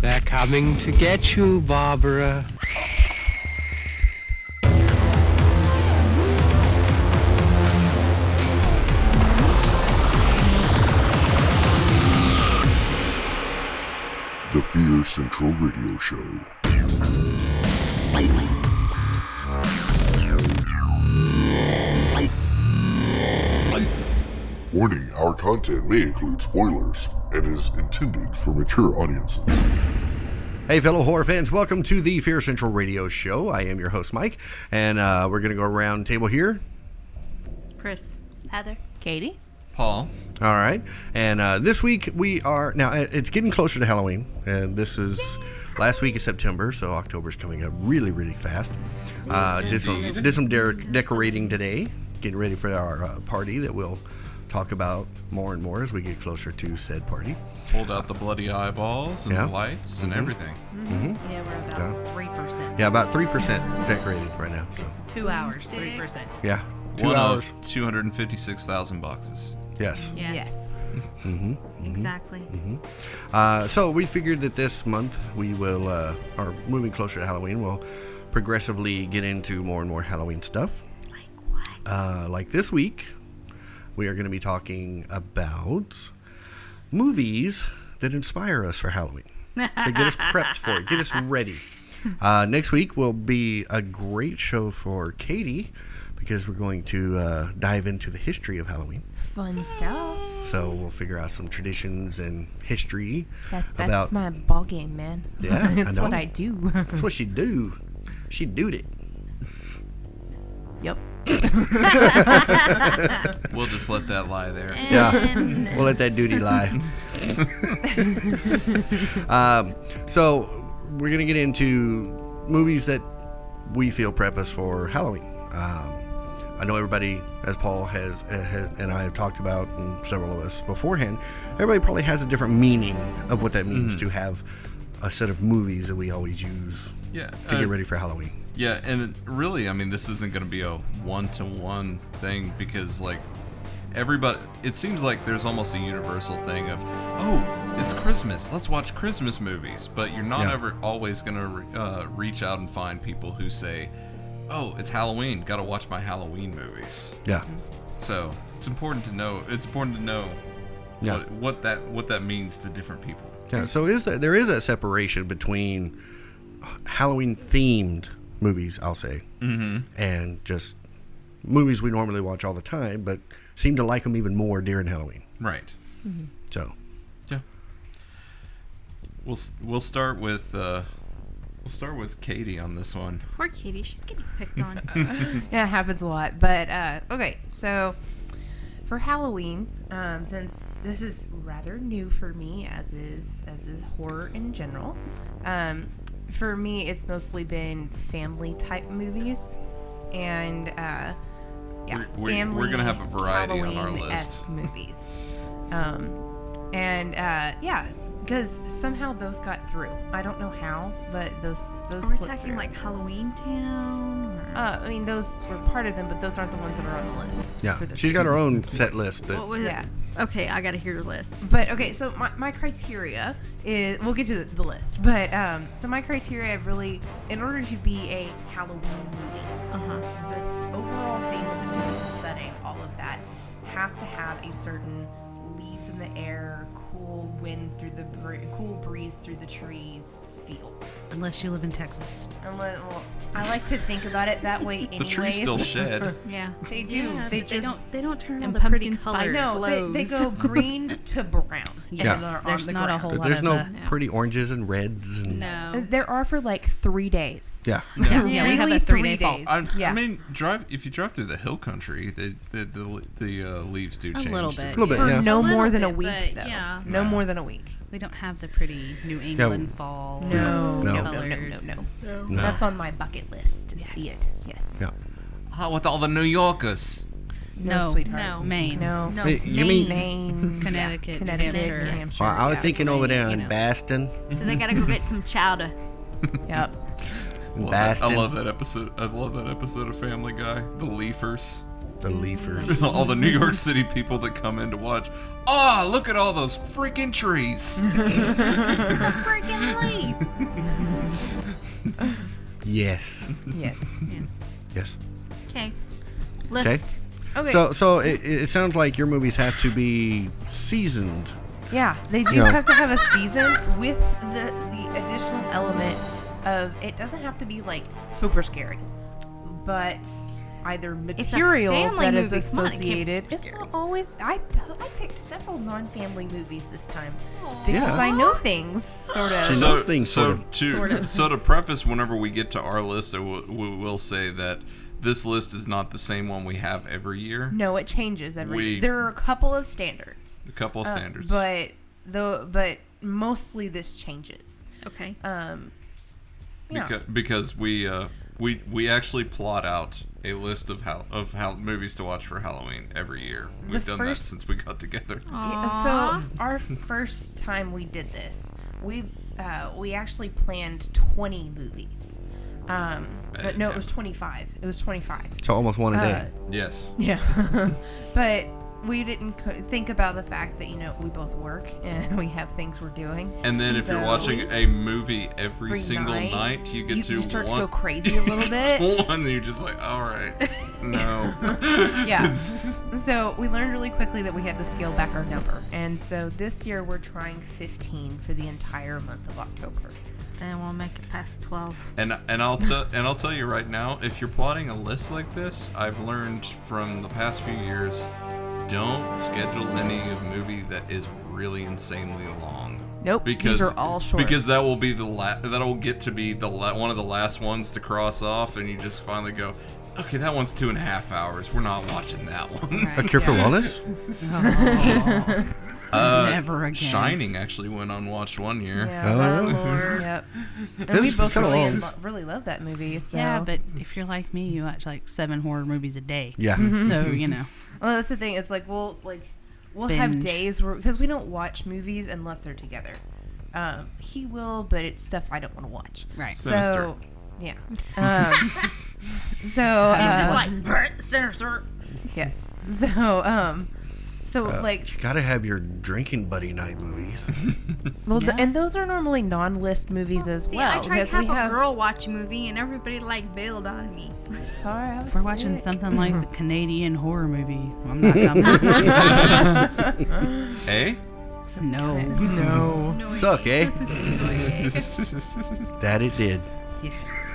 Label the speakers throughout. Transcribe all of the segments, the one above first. Speaker 1: They're coming to get you, Barbara.
Speaker 2: The Fear Central Radio Show. Warning our content may include spoilers and is intended for mature audiences.
Speaker 3: Hey, fellow horror fans, welcome to the Fear Central Radio Show. I am your host, Mike, and uh, we're going to go around table here.
Speaker 4: Chris.
Speaker 5: Heather.
Speaker 4: Katie.
Speaker 6: Paul.
Speaker 3: All right. And uh, this week we are now it- it's getting closer to Halloween, and this is last week of September, so October's coming up really, really fast. Uh, did some did some de- decorating today, getting ready for our uh, party that we'll talk about more and more as we get closer to said party.
Speaker 6: Pulled out the bloody eyeballs and
Speaker 3: Yeah. Mm-hmm.
Speaker 6: the lights and everything.
Speaker 4: Yeah, we're about three percent.
Speaker 3: Yeah, about three percent decorated right now. So
Speaker 4: Two hours, three percent.
Speaker 3: yeah, two
Speaker 6: One
Speaker 3: hours.
Speaker 6: of 256,000 boxes.
Speaker 3: yes.
Speaker 4: Yes.
Speaker 5: Exactly.
Speaker 3: Uh, so we figured that this month we will, uh, or moving closer to Halloween, we'll progressively get into more and more Halloween stuff.
Speaker 5: Like what?
Speaker 3: Uh, like this week, we are going to be talking about movies that inspire us for Halloween. They get us prepped for it, get us ready. Uh, next week will be a great show for Katie because we're going to uh, dive into the history of Halloween.
Speaker 7: Fun stuff.
Speaker 3: So we'll figure out some traditions and history
Speaker 7: That's, that's
Speaker 3: about
Speaker 7: my ball game, man.
Speaker 3: Yeah, I
Speaker 7: that's what
Speaker 3: know.
Speaker 7: I do.
Speaker 3: That's what she do. She do it.
Speaker 7: yep.
Speaker 6: We'll just let that lie there.
Speaker 3: Yeah. we'll let that duty lie. um, so we're gonna get into movies that we feel prep us for Halloween. Um, I know everybody, as Paul has, uh, ha- and I have talked about, and several of us beforehand, everybody probably has a different meaning of what that means
Speaker 6: Mm-hmm.
Speaker 3: to have a set of movies that we always use
Speaker 6: Yeah.
Speaker 3: to
Speaker 6: uh,
Speaker 3: get ready for Halloween.
Speaker 6: Yeah, and really, I mean, this isn't going to be a one to one thing because, like, everybody, it seems like there's almost a universal thing of, oh, it's Christmas, let's watch Christmas movies. But you're not
Speaker 3: Yeah.
Speaker 6: ever always going to re- uh, reach out and find people who say, oh, it's Halloween, got to watch my Halloween movies.
Speaker 3: Yeah.
Speaker 6: So it's important to know. It's important to know
Speaker 3: Yeah.
Speaker 6: what, what that what that means to different people.
Speaker 3: Yeah, so is there, there is a separation between Halloween themed movies, I'll say, and just movies we normally watch all the time, but seem to like them even more during Halloween.
Speaker 6: Right.
Speaker 3: So,
Speaker 6: Yeah. We'll s- we'll start with uh, we'll start with Katie on this one.
Speaker 5: Poor Katie, she's getting picked on.
Speaker 7: Yeah, it happens a lot. But uh, okay, so for Halloween, um, since this is rather new for me, as is as is horror in general, um, for me it's mostly been family type movies, and uh, yeah,
Speaker 6: We're- we're- we're gonna have a variety on our
Speaker 7: Halloween-esque
Speaker 6: list.
Speaker 7: movies, um, and uh, yeah. Because somehow those got through. I don't know how, but those those.
Speaker 5: Are we
Speaker 7: slipped
Speaker 5: talking
Speaker 7: through.
Speaker 5: like Halloween Town? Or
Speaker 7: Uh, I mean, those were part of them, but those aren't the ones that are on the list.
Speaker 3: yeah,
Speaker 7: for this
Speaker 3: she's got her own set list.
Speaker 5: what
Speaker 3: That,
Speaker 5: was
Speaker 7: yeah.
Speaker 5: it? Okay, I gotta hear your list.
Speaker 7: But okay, so my, my criteria is we'll get to the, the list, but um, so my criteria really, in order to be a Halloween movie,
Speaker 5: Uh-huh.
Speaker 7: the overall theme of the movie, the setting, all of that, has to have a certain leaves in the air, cool wind through the br- cool breeze through the trees feel.
Speaker 8: Unless you live in Texas.
Speaker 7: Unless, well, I like to think about it that way. Anyways,
Speaker 6: The trees still shed.
Speaker 5: Yeah.
Speaker 7: They do. they just
Speaker 8: but they don't. They don't turn
Speaker 5: And
Speaker 8: all the pretty
Speaker 5: pumpkin
Speaker 8: colors.
Speaker 5: spice
Speaker 7: No, they, they
Speaker 5: Blows.
Speaker 7: go green to brown.
Speaker 3: Yeah.
Speaker 7: Those are on
Speaker 8: There's
Speaker 7: the
Speaker 8: not a
Speaker 7: ground.
Speaker 8: whole
Speaker 3: but
Speaker 8: lot
Speaker 3: there's
Speaker 8: of.
Speaker 3: no
Speaker 8: uh,
Speaker 3: pretty oranges and reds and
Speaker 5: No.
Speaker 7: There are for like three days.
Speaker 3: yeah,
Speaker 8: yeah, yeah, we have
Speaker 7: Really
Speaker 8: a three-day
Speaker 7: three
Speaker 8: fall.
Speaker 7: days.
Speaker 6: I,
Speaker 7: Yeah.
Speaker 6: I mean, drive if you drive through the hill country, the the the, the uh, leaves do
Speaker 8: A
Speaker 6: change.
Speaker 8: little
Speaker 3: a
Speaker 8: bit.
Speaker 3: little bit.
Speaker 7: For
Speaker 3: Yeah,
Speaker 7: no
Speaker 5: A
Speaker 7: more
Speaker 5: little
Speaker 7: than a
Speaker 5: bit,
Speaker 7: week,
Speaker 5: but
Speaker 7: though.
Speaker 5: yeah.
Speaker 7: No more than a week.
Speaker 8: We don't have the pretty New England fall.
Speaker 3: No.
Speaker 7: No, no, no, no, no,
Speaker 8: Colors.
Speaker 7: no.
Speaker 3: no.
Speaker 7: That's on my bucket list to see it. Yes.
Speaker 3: yeah.
Speaker 6: Oh, with all the New Yorkers.
Speaker 7: No,
Speaker 8: No,
Speaker 7: sweetheart.
Speaker 8: Maine.
Speaker 7: No.
Speaker 5: No.
Speaker 3: Hey, you mean?
Speaker 7: Maine,
Speaker 8: Connecticut, New
Speaker 7: Connecticut,
Speaker 8: Hampshire.
Speaker 7: New Hampshire.
Speaker 3: Well, I was
Speaker 7: yeah.
Speaker 3: thinking over there in
Speaker 8: know.
Speaker 3: Baston,
Speaker 5: So they gotta go get some chowder.
Speaker 7: Yep.
Speaker 3: in
Speaker 6: Love that-
Speaker 3: Baston.
Speaker 6: I love that episode. I love that episode of Family Guy. The leafers.
Speaker 3: the
Speaker 7: Mm-hmm.
Speaker 3: leafers.
Speaker 6: all the New York City people that come in to watch. Ah, look at all those freaking trees.
Speaker 5: Freaking leaf.
Speaker 3: yes.
Speaker 7: Yes.
Speaker 3: Yes.
Speaker 5: Okay. List.
Speaker 7: Okay.
Speaker 3: So so it, it sounds like your movies have to be seasoned.
Speaker 7: yeah, they do
Speaker 3: Yeah.
Speaker 7: have to have a season with the the additional element of it doesn't have to be like super scary, but either
Speaker 5: a
Speaker 7: material
Speaker 5: family
Speaker 7: that is
Speaker 5: movie. Come on, it can't be
Speaker 7: associated.
Speaker 5: super
Speaker 7: It's
Speaker 5: scary.
Speaker 7: not always. I I picked several non-family movies this time because
Speaker 3: Yeah.
Speaker 7: I know things sort of.
Speaker 3: She knows things sort of.
Speaker 6: to, So to preface, whenever we get to our list, I will- we will say that this list is not the same one we have every year.
Speaker 7: No, it changes every.
Speaker 6: We-
Speaker 7: there are a couple of standards,
Speaker 6: A couple of
Speaker 7: uh,
Speaker 6: standards.
Speaker 7: but the but mostly this changes.
Speaker 5: Okay.
Speaker 7: Um, yeah.
Speaker 6: because, because we uh, we we actually plot out a list of how of how movies to watch for Halloween every year. We've done
Speaker 7: first-
Speaker 6: that since we got together.
Speaker 7: Yeah, so our first time we did this, we uh, we actually planned twenty movies. Um, but no, it was twenty five. It was twenty five.
Speaker 3: So almost one a day.
Speaker 7: Uh,
Speaker 6: Yes.
Speaker 7: Yeah. but we didn't co- think about the fact that you know we both work and we have things we're doing.
Speaker 6: And then if you're
Speaker 7: So-
Speaker 6: watching a movie every
Speaker 7: Every
Speaker 6: single night, you get to
Speaker 7: you start
Speaker 6: one,
Speaker 7: to go crazy a little bit.
Speaker 6: one, you're just like, all right, no.
Speaker 7: Yeah. So we learned really quickly that we had to scale back our number, and so this year we're trying 15 for the entire month of October.
Speaker 5: Then we'll make it past 12.
Speaker 6: And and I'll tell and I'll tell you right now, if you're plotting a list like this, I've learned from the past few years, don't schedule any of movie that is really insanely long.
Speaker 7: Nope, Oh, these
Speaker 6: Because
Speaker 7: are all short.
Speaker 6: Because that will be the la- that will get to be the la- one of the last ones to cross off, and you just finally go, okay, that one's two and a half hours. We're not watching that one.
Speaker 3: A cure for wellness? Uh,
Speaker 8: Never again.
Speaker 6: Shining actually went unwatched one year.
Speaker 7: Yeah.
Speaker 3: Oh, really?
Speaker 7: Yep. And
Speaker 3: This
Speaker 7: we
Speaker 3: is
Speaker 7: both
Speaker 3: kinda
Speaker 7: really,
Speaker 3: long.
Speaker 7: lo- really love that movie. So.
Speaker 8: Yeah, but if you're like me, you watch like seven horror movies a day.
Speaker 3: Yeah.
Speaker 8: So you know,
Speaker 7: well, that's the thing. It's like we'll like we'll have
Speaker 8: Binge.
Speaker 7: days where because we don't watch movies unless they're together. Um, he will, but it's stuff I don't want to watch.
Speaker 8: right?
Speaker 6: Sinister.
Speaker 7: So yeah. Um, so uh,
Speaker 5: It's just like, "Brr, sir, sir."
Speaker 7: yes. So um, so like
Speaker 3: You gotta have your drinking buddy night movies.
Speaker 8: Oh,
Speaker 7: Well, th and those are normally non-list movies as
Speaker 5: See,
Speaker 7: well.
Speaker 5: I tried
Speaker 7: because
Speaker 5: to have,
Speaker 7: we
Speaker 5: a girl watch a movie and everybody like bailed on me.
Speaker 7: Sorry, I was
Speaker 8: We're watching
Speaker 7: sick.
Speaker 8: something like the Canadian horror movie. I'm not coming.
Speaker 6: Eh?
Speaker 8: no.
Speaker 7: No.
Speaker 5: No
Speaker 3: Suck,
Speaker 5: idea.
Speaker 3: eh? that it did.
Speaker 8: Yes.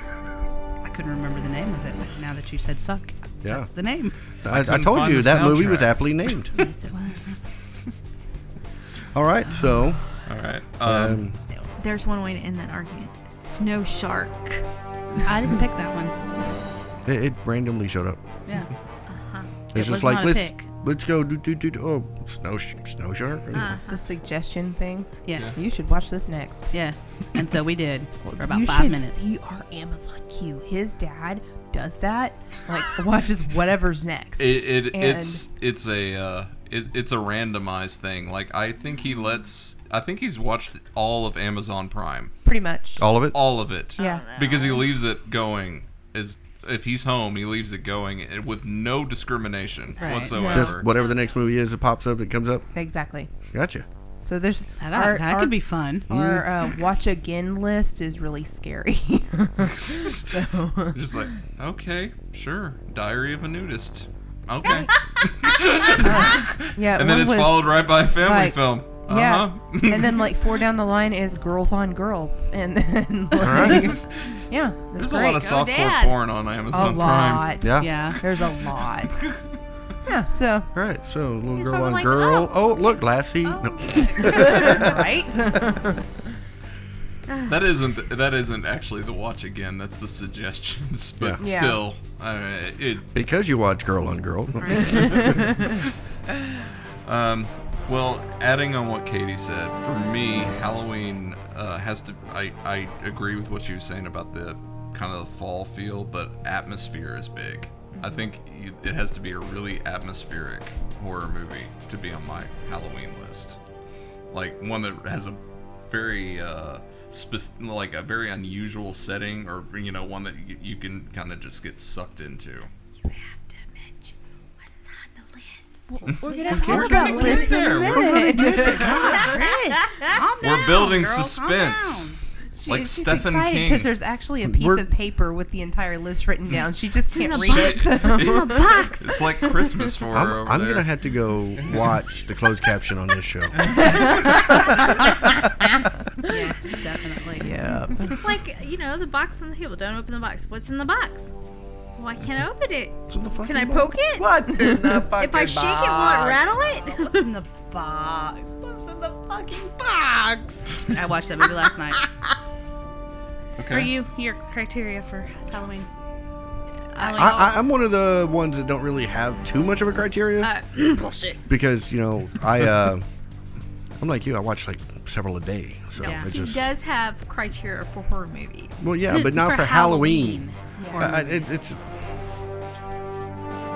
Speaker 8: I couldn't remember the name of it but now that you said suck.
Speaker 3: Yeah.
Speaker 8: That's the name.
Speaker 3: I, I
Speaker 6: couldn't
Speaker 3: told
Speaker 6: find
Speaker 3: you
Speaker 6: the
Speaker 3: that movie was
Speaker 6: soundtrack.
Speaker 3: aptly named.
Speaker 8: Yes, it was.
Speaker 3: All right, so
Speaker 6: All right. Um,
Speaker 5: There's one way to end that argument. Snow shark.
Speaker 8: I didn't pick that one.
Speaker 3: it, it randomly showed up.
Speaker 8: Yeah. Uh-huh.
Speaker 3: It's
Speaker 8: It was
Speaker 3: just like
Speaker 8: not a
Speaker 3: let's
Speaker 8: pick.
Speaker 3: let's go do do do do. Oh, snow sh- snow shark.
Speaker 8: Uh.
Speaker 7: The suggestion thing.
Speaker 8: Yes.
Speaker 7: You should watch this next.
Speaker 8: Yes. And so we did for about
Speaker 7: you
Speaker 8: five
Speaker 7: should
Speaker 8: minutes.
Speaker 7: See our Amazon queue. His dad does that. Like watches whatever's next.
Speaker 6: It, it
Speaker 7: And-
Speaker 6: it's it's a uh, it, it's a randomized thing. Like I think he lets. I think he's watched all of Amazon Prime,
Speaker 7: Pretty much.
Speaker 3: All of it.
Speaker 6: all of it.
Speaker 7: Yeah.
Speaker 6: Because he leaves it going as if he's home, he leaves it going and with no discrimination
Speaker 8: Right.
Speaker 6: whatsoever.
Speaker 3: Just whatever the next movie is that pops up that comes up.
Speaker 7: Exactly.
Speaker 3: Gotcha.
Speaker 7: So there's
Speaker 8: That,
Speaker 7: our,
Speaker 8: that
Speaker 7: our,
Speaker 8: could be fun.
Speaker 7: Our uh, watch again list is really scary.
Speaker 6: Just like okay, sure. Diary of a Nudist. Okay.
Speaker 7: yeah.
Speaker 6: and then
Speaker 7: one
Speaker 6: it's
Speaker 7: was-
Speaker 6: followed right by a family
Speaker 7: like,
Speaker 6: film. Uh-huh.
Speaker 7: Yeah. and then like four down the line is girls on girls, and then like, yeah,
Speaker 6: There's a lot of softcore
Speaker 5: Dad.
Speaker 6: porn on Amazon Prime.
Speaker 3: Yeah.
Speaker 8: Yeah.
Speaker 7: There's a lot. yeah. So
Speaker 3: All right, so little
Speaker 5: He's
Speaker 3: girl
Speaker 5: probably
Speaker 3: on
Speaker 5: like,
Speaker 3: girl. Oh, look, Lassie. No.
Speaker 7: right.
Speaker 6: That isn't that isn't actually the watch again. That's the suggestions, but
Speaker 7: Yeah. Yeah.
Speaker 6: still, uh, it.
Speaker 3: Because you watch girl on girl.
Speaker 6: Um, well, adding on what Katie said, for me, Halloween uh, has to. I I agree with what she was saying about the kind of the fall feel, but atmosphere is big. I think you- it has to be a really atmospheric horror movie to be on my Halloween list. like one that has a very uh spec- like a very unusual setting or you know one that you, you can kind of just get sucked into
Speaker 5: You have to mention what
Speaker 7: We're gonna
Speaker 6: We're
Speaker 7: talk
Speaker 6: gonna
Speaker 7: about
Speaker 6: get
Speaker 7: this in
Speaker 6: there.
Speaker 7: a
Speaker 6: We're
Speaker 7: minute.
Speaker 8: Calm
Speaker 6: We're
Speaker 8: down,
Speaker 6: building
Speaker 8: girl, calm
Speaker 6: suspense.
Speaker 8: down.
Speaker 7: She-
Speaker 6: Like
Speaker 7: she's
Speaker 6: Stephen
Speaker 7: excited
Speaker 6: King.
Speaker 7: Because there's actually a piece
Speaker 3: We're-
Speaker 7: of paper with the entire list written down. She just
Speaker 5: in
Speaker 7: can't
Speaker 5: the
Speaker 7: read it.
Speaker 6: Shit.
Speaker 5: in a box.
Speaker 6: It's like Christmas for her
Speaker 3: I'm,
Speaker 6: over
Speaker 3: I'm
Speaker 6: there.
Speaker 3: gonna have to go watch the closed caption on this show.
Speaker 8: Yes, definitely.
Speaker 6: Oh,
Speaker 7: Yep.
Speaker 5: It's like you know the box on the table. Don't open the box. What's in the box? Well, I can't open it.
Speaker 3: It's in the fucking
Speaker 5: Can I
Speaker 3: box.
Speaker 5: poke it?
Speaker 3: What in the
Speaker 5: If I
Speaker 3: fucking
Speaker 5: shake it, will it rattle it?
Speaker 8: in the box? What's in the fucking box? I watched that movie last night.
Speaker 6: Okay.
Speaker 8: For you, your criteria for Halloween.
Speaker 3: I,
Speaker 5: Um,
Speaker 3: I, I'm one of the ones that don't really have too much of a criteria.
Speaker 5: uh,
Speaker 3: bullshit. Because you know, I uh, I'm like you. I watch like several a day, so it
Speaker 5: She
Speaker 3: just
Speaker 5: does have criteria for horror movies.
Speaker 3: well, yeah, but not for, Halloween. Uh,
Speaker 8: Or
Speaker 3: I- I- it, it's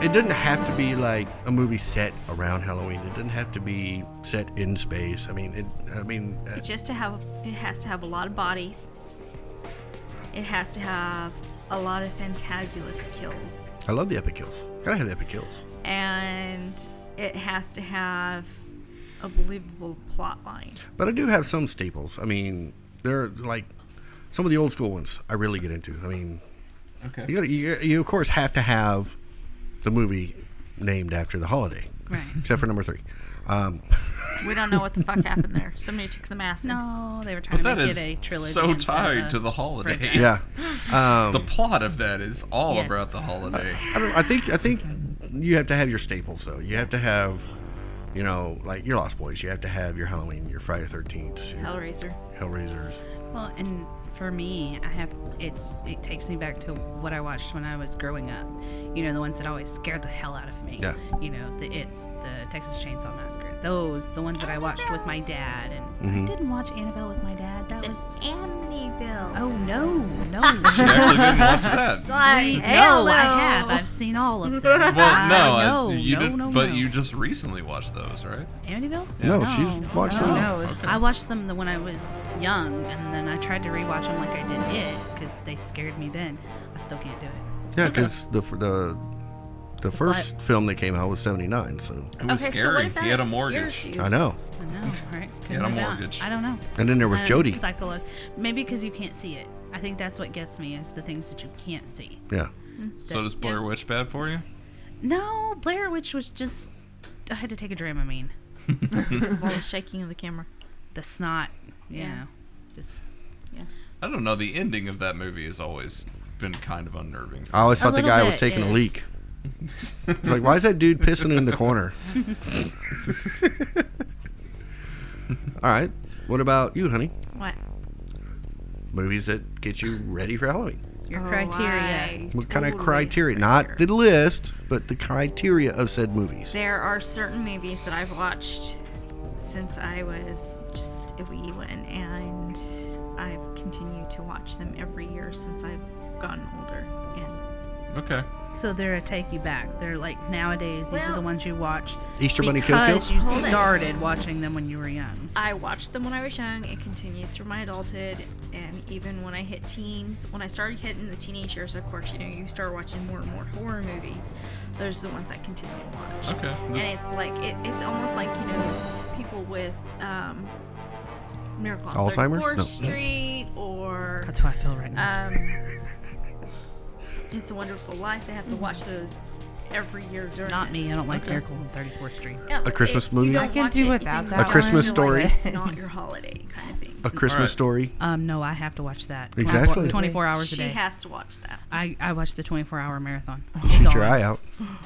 Speaker 3: it doesn't have to be like a movie set around Halloween. It doesn't have to be set in space. I mean, it. I mean, uh,
Speaker 5: It's just to have. It has to have a lot of bodies. It has to have a lot of fantabulous kills.
Speaker 3: I love the epic kills. Gotta have the epic kills.
Speaker 5: and it has to have a believable plot line.
Speaker 3: But I do have some staples. I mean, they're like some of the old school ones. I really get into. I mean,
Speaker 6: Okay.
Speaker 3: you, gotta, you, you of course have to have the movie named after the holiday,
Speaker 8: Right.
Speaker 3: except for number three. Um,
Speaker 5: We don't know what the fuck happened there. Somebody took some acid.
Speaker 8: No, they were trying
Speaker 6: But that
Speaker 8: to
Speaker 6: is
Speaker 8: get a trilogy.
Speaker 6: so
Speaker 8: instead of
Speaker 6: tied
Speaker 8: a
Speaker 6: to the holiday.
Speaker 8: franchise.
Speaker 3: yeah,
Speaker 6: The plot of that is all
Speaker 8: Yes.
Speaker 6: about the holiday.
Speaker 3: I, don't, I think I think you have to have your staples though. You have to have, you know, like your Lost Boys. You have to have your Halloween, your Friday Thirteenth, your
Speaker 5: Hellraiser.
Speaker 3: Hellraisers.
Speaker 8: Well, and for me, I have it's it takes me back to what I watched when I was growing up. You know, the ones that always scared the hell out of me.
Speaker 3: Yeah.
Speaker 8: You know, the it's the Texas Chainsaw Massacre. Those, the ones that I watched with my dad, and
Speaker 6: Mm-hmm.
Speaker 8: I didn't watch Annabelle with my dad. That was
Speaker 5: Amityville.
Speaker 8: oh no, no.
Speaker 6: She actually didn't watch that.
Speaker 5: Like,
Speaker 8: No, I
Speaker 5: hello.
Speaker 8: have. I've seen all of them.
Speaker 6: Well, no,
Speaker 8: I-
Speaker 6: uh,
Speaker 8: Ah, no,
Speaker 6: you
Speaker 8: no,
Speaker 6: did,
Speaker 8: no,
Speaker 6: but
Speaker 8: no.
Speaker 6: you just recently watched those, right?
Speaker 8: Amityville?
Speaker 3: No, she's watched them.
Speaker 7: No, it's-
Speaker 8: I watched them the- when I was young, and then I tried to rewatch them like I did it because they scared me then. I still can't do it.
Speaker 3: Yeah, because the f- the the first film that came out was '79, so
Speaker 6: It was
Speaker 5: Okay, so what
Speaker 6: scary.
Speaker 5: about
Speaker 6: he had a
Speaker 5: scares
Speaker 6: mortgage.
Speaker 5: you?
Speaker 3: I know.
Speaker 8: I know, right? Couldn't
Speaker 6: Get a
Speaker 8: move out.
Speaker 6: mortgage.
Speaker 8: I don't know.
Speaker 3: And then there was
Speaker 8: I don't
Speaker 3: Jody.
Speaker 8: Psycholo- Maybe because you can't see it. I think that's what gets me is the things that you can't see.
Speaker 3: Yeah.
Speaker 6: So does Blair Witch bad for you?
Speaker 8: No, Blair Witch was just. I had to take a Dramamine.
Speaker 5: As well as shaking of the camera.
Speaker 8: The snot, you
Speaker 5: Yeah.
Speaker 8: know, just
Speaker 6: I don't know. The ending of that movie has always been kind of unnerving.
Speaker 3: I always
Speaker 8: A
Speaker 3: thought the
Speaker 8: little
Speaker 3: guy was
Speaker 8: bit,
Speaker 3: taking a
Speaker 8: yes.
Speaker 3: leak. It's like, why is that dude pissing in the corner? All right. What about you, honey?
Speaker 5: What?
Speaker 3: Movies that get you ready for Halloween.
Speaker 5: Oh,
Speaker 8: your
Speaker 6: Oh,
Speaker 8: criteria.
Speaker 3: What kind of criteria? Not the list, but the criteria of said movies.
Speaker 5: There are certain movies that I've watched since I was just a wee one, and I've continued to watch them every year since I've gotten older. And
Speaker 6: Okay.
Speaker 8: So they're a take you back. They're like nowadays. These are
Speaker 5: Well-
Speaker 8: the ones you watch.
Speaker 3: Easter Bunny Kill Kill?
Speaker 8: because you
Speaker 5: it.
Speaker 8: started watching them when you were young.
Speaker 5: I watched them when I was young. It continued through my adulthood, and even when I hit teens, when I started hitting the teenage years, of course, you know, you start watching more and more horror movies. Those are the ones I continue to watch.
Speaker 6: Okay.
Speaker 5: And it's like it, it's almost like you know people with um, Miracle on
Speaker 3: Alzheimer's?
Speaker 5: 34th
Speaker 3: No.
Speaker 5: Street or
Speaker 8: That's how I feel right now.
Speaker 5: um, It's a Wonderful Life. They have to watch those every year during
Speaker 8: Not
Speaker 5: that
Speaker 8: me. I don't like
Speaker 6: Okay.
Speaker 8: Miracle on 34th Street.
Speaker 5: Yeah, like,
Speaker 3: Christmas
Speaker 5: if
Speaker 3: movie?
Speaker 5: You don't
Speaker 3: I
Speaker 4: can
Speaker 5: watch
Speaker 4: do
Speaker 5: it, you
Speaker 4: without
Speaker 5: think
Speaker 4: that
Speaker 5: it's
Speaker 3: A Christmas
Speaker 5: like
Speaker 3: Story?
Speaker 5: It's not your holiday kind of thing.
Speaker 3: A Christmas
Speaker 6: Alright.
Speaker 3: Story.
Speaker 8: Um, no, I have to watch that. 24
Speaker 3: Exactly.
Speaker 8: 24 hours
Speaker 5: she
Speaker 8: a day.
Speaker 5: has to watch that.
Speaker 8: I, I watched the 24 hour marathon.
Speaker 3: Shoot
Speaker 8: it's
Speaker 3: your
Speaker 8: on.
Speaker 3: eye out.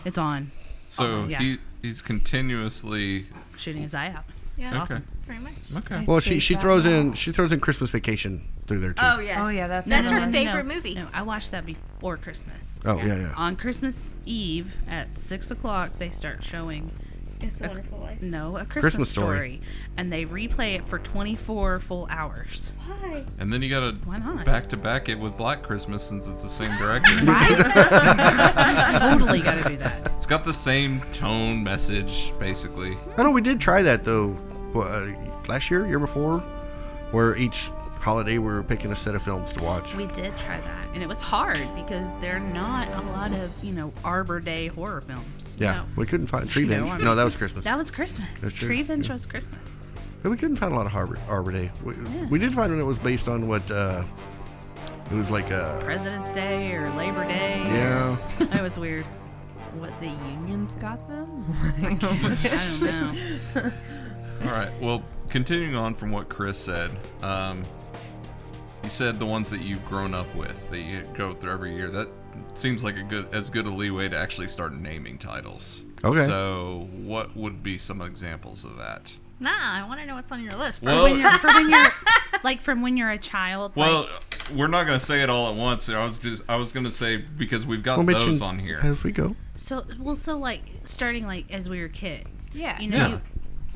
Speaker 8: It's on.
Speaker 6: So
Speaker 8: yeah.
Speaker 6: he he's continuously
Speaker 8: Shooting his eye out.
Speaker 5: Yeah,
Speaker 6: okay.
Speaker 8: awesome.
Speaker 5: pretty much.
Speaker 6: Okay.
Speaker 3: Well, she
Speaker 4: saved
Speaker 3: she
Speaker 4: that
Speaker 3: throws in she throws in Christmas Vacation through there too.
Speaker 5: Oh yeah.
Speaker 4: Oh, yeah, that's
Speaker 5: that's
Speaker 4: another
Speaker 5: her
Speaker 4: one.
Speaker 5: favorite
Speaker 8: no,
Speaker 5: movie.
Speaker 8: No, I watched that before Christmas.
Speaker 3: Oh, yeah, yeah.
Speaker 8: On Christmas Eve at 6 o'clock, they start showing,
Speaker 5: It's a Wonderful Life.
Speaker 8: no, a Christmas,
Speaker 3: Christmas Story.
Speaker 8: story. And they replay it for 24 full hours.
Speaker 5: Why?
Speaker 6: And then you gotta
Speaker 8: Why not?
Speaker 6: back to back it with Black Christmas since it's the same director.
Speaker 8: totally got to do that.
Speaker 6: it's got the same tone, message, basically.
Speaker 3: I know we did try that though, wha- uh, last year, year before, where each holiday, we were picking a set of films to watch.
Speaker 8: We did try that, and it was hard because there are not a lot of you know Arbor Day horror films.
Speaker 3: yeah,
Speaker 8: No.
Speaker 3: we couldn't find Tree
Speaker 8: No,
Speaker 3: Venge.
Speaker 8: I'm-
Speaker 3: No, that was Christmas.
Speaker 8: That was Christmas.
Speaker 3: That's true.
Speaker 8: Tree Venge was Christmas.
Speaker 3: And we couldn't find a lot of Harbor, Arbor Day. We, we did find one that was based on what uh, it was like. Uh,
Speaker 8: President's Day or Labor Day.
Speaker 3: yeah,
Speaker 8: That was weird.
Speaker 7: What the unions got them?
Speaker 8: I don't know.
Speaker 6: All right. Well, continuing on from what Chris said, um, you said the ones that you've grown up with that you go through every year. That seems like a good as good a leeway to actually start naming titles.
Speaker 3: Okay.
Speaker 6: So, what would be some examples of that?
Speaker 5: Nah, I want to know what's on your list.
Speaker 6: Well-
Speaker 5: first.
Speaker 8: When you're- for when you're- like from when you're a child.
Speaker 6: Well,
Speaker 8: like,
Speaker 6: we're not gonna say it all at once. I was just I was gonna say because we've got
Speaker 3: we'll mention
Speaker 6: those on here.
Speaker 3: as we go.
Speaker 8: so well, so like starting like as we were kids.
Speaker 7: Yeah.
Speaker 8: You know.
Speaker 6: Yeah.
Speaker 8: you-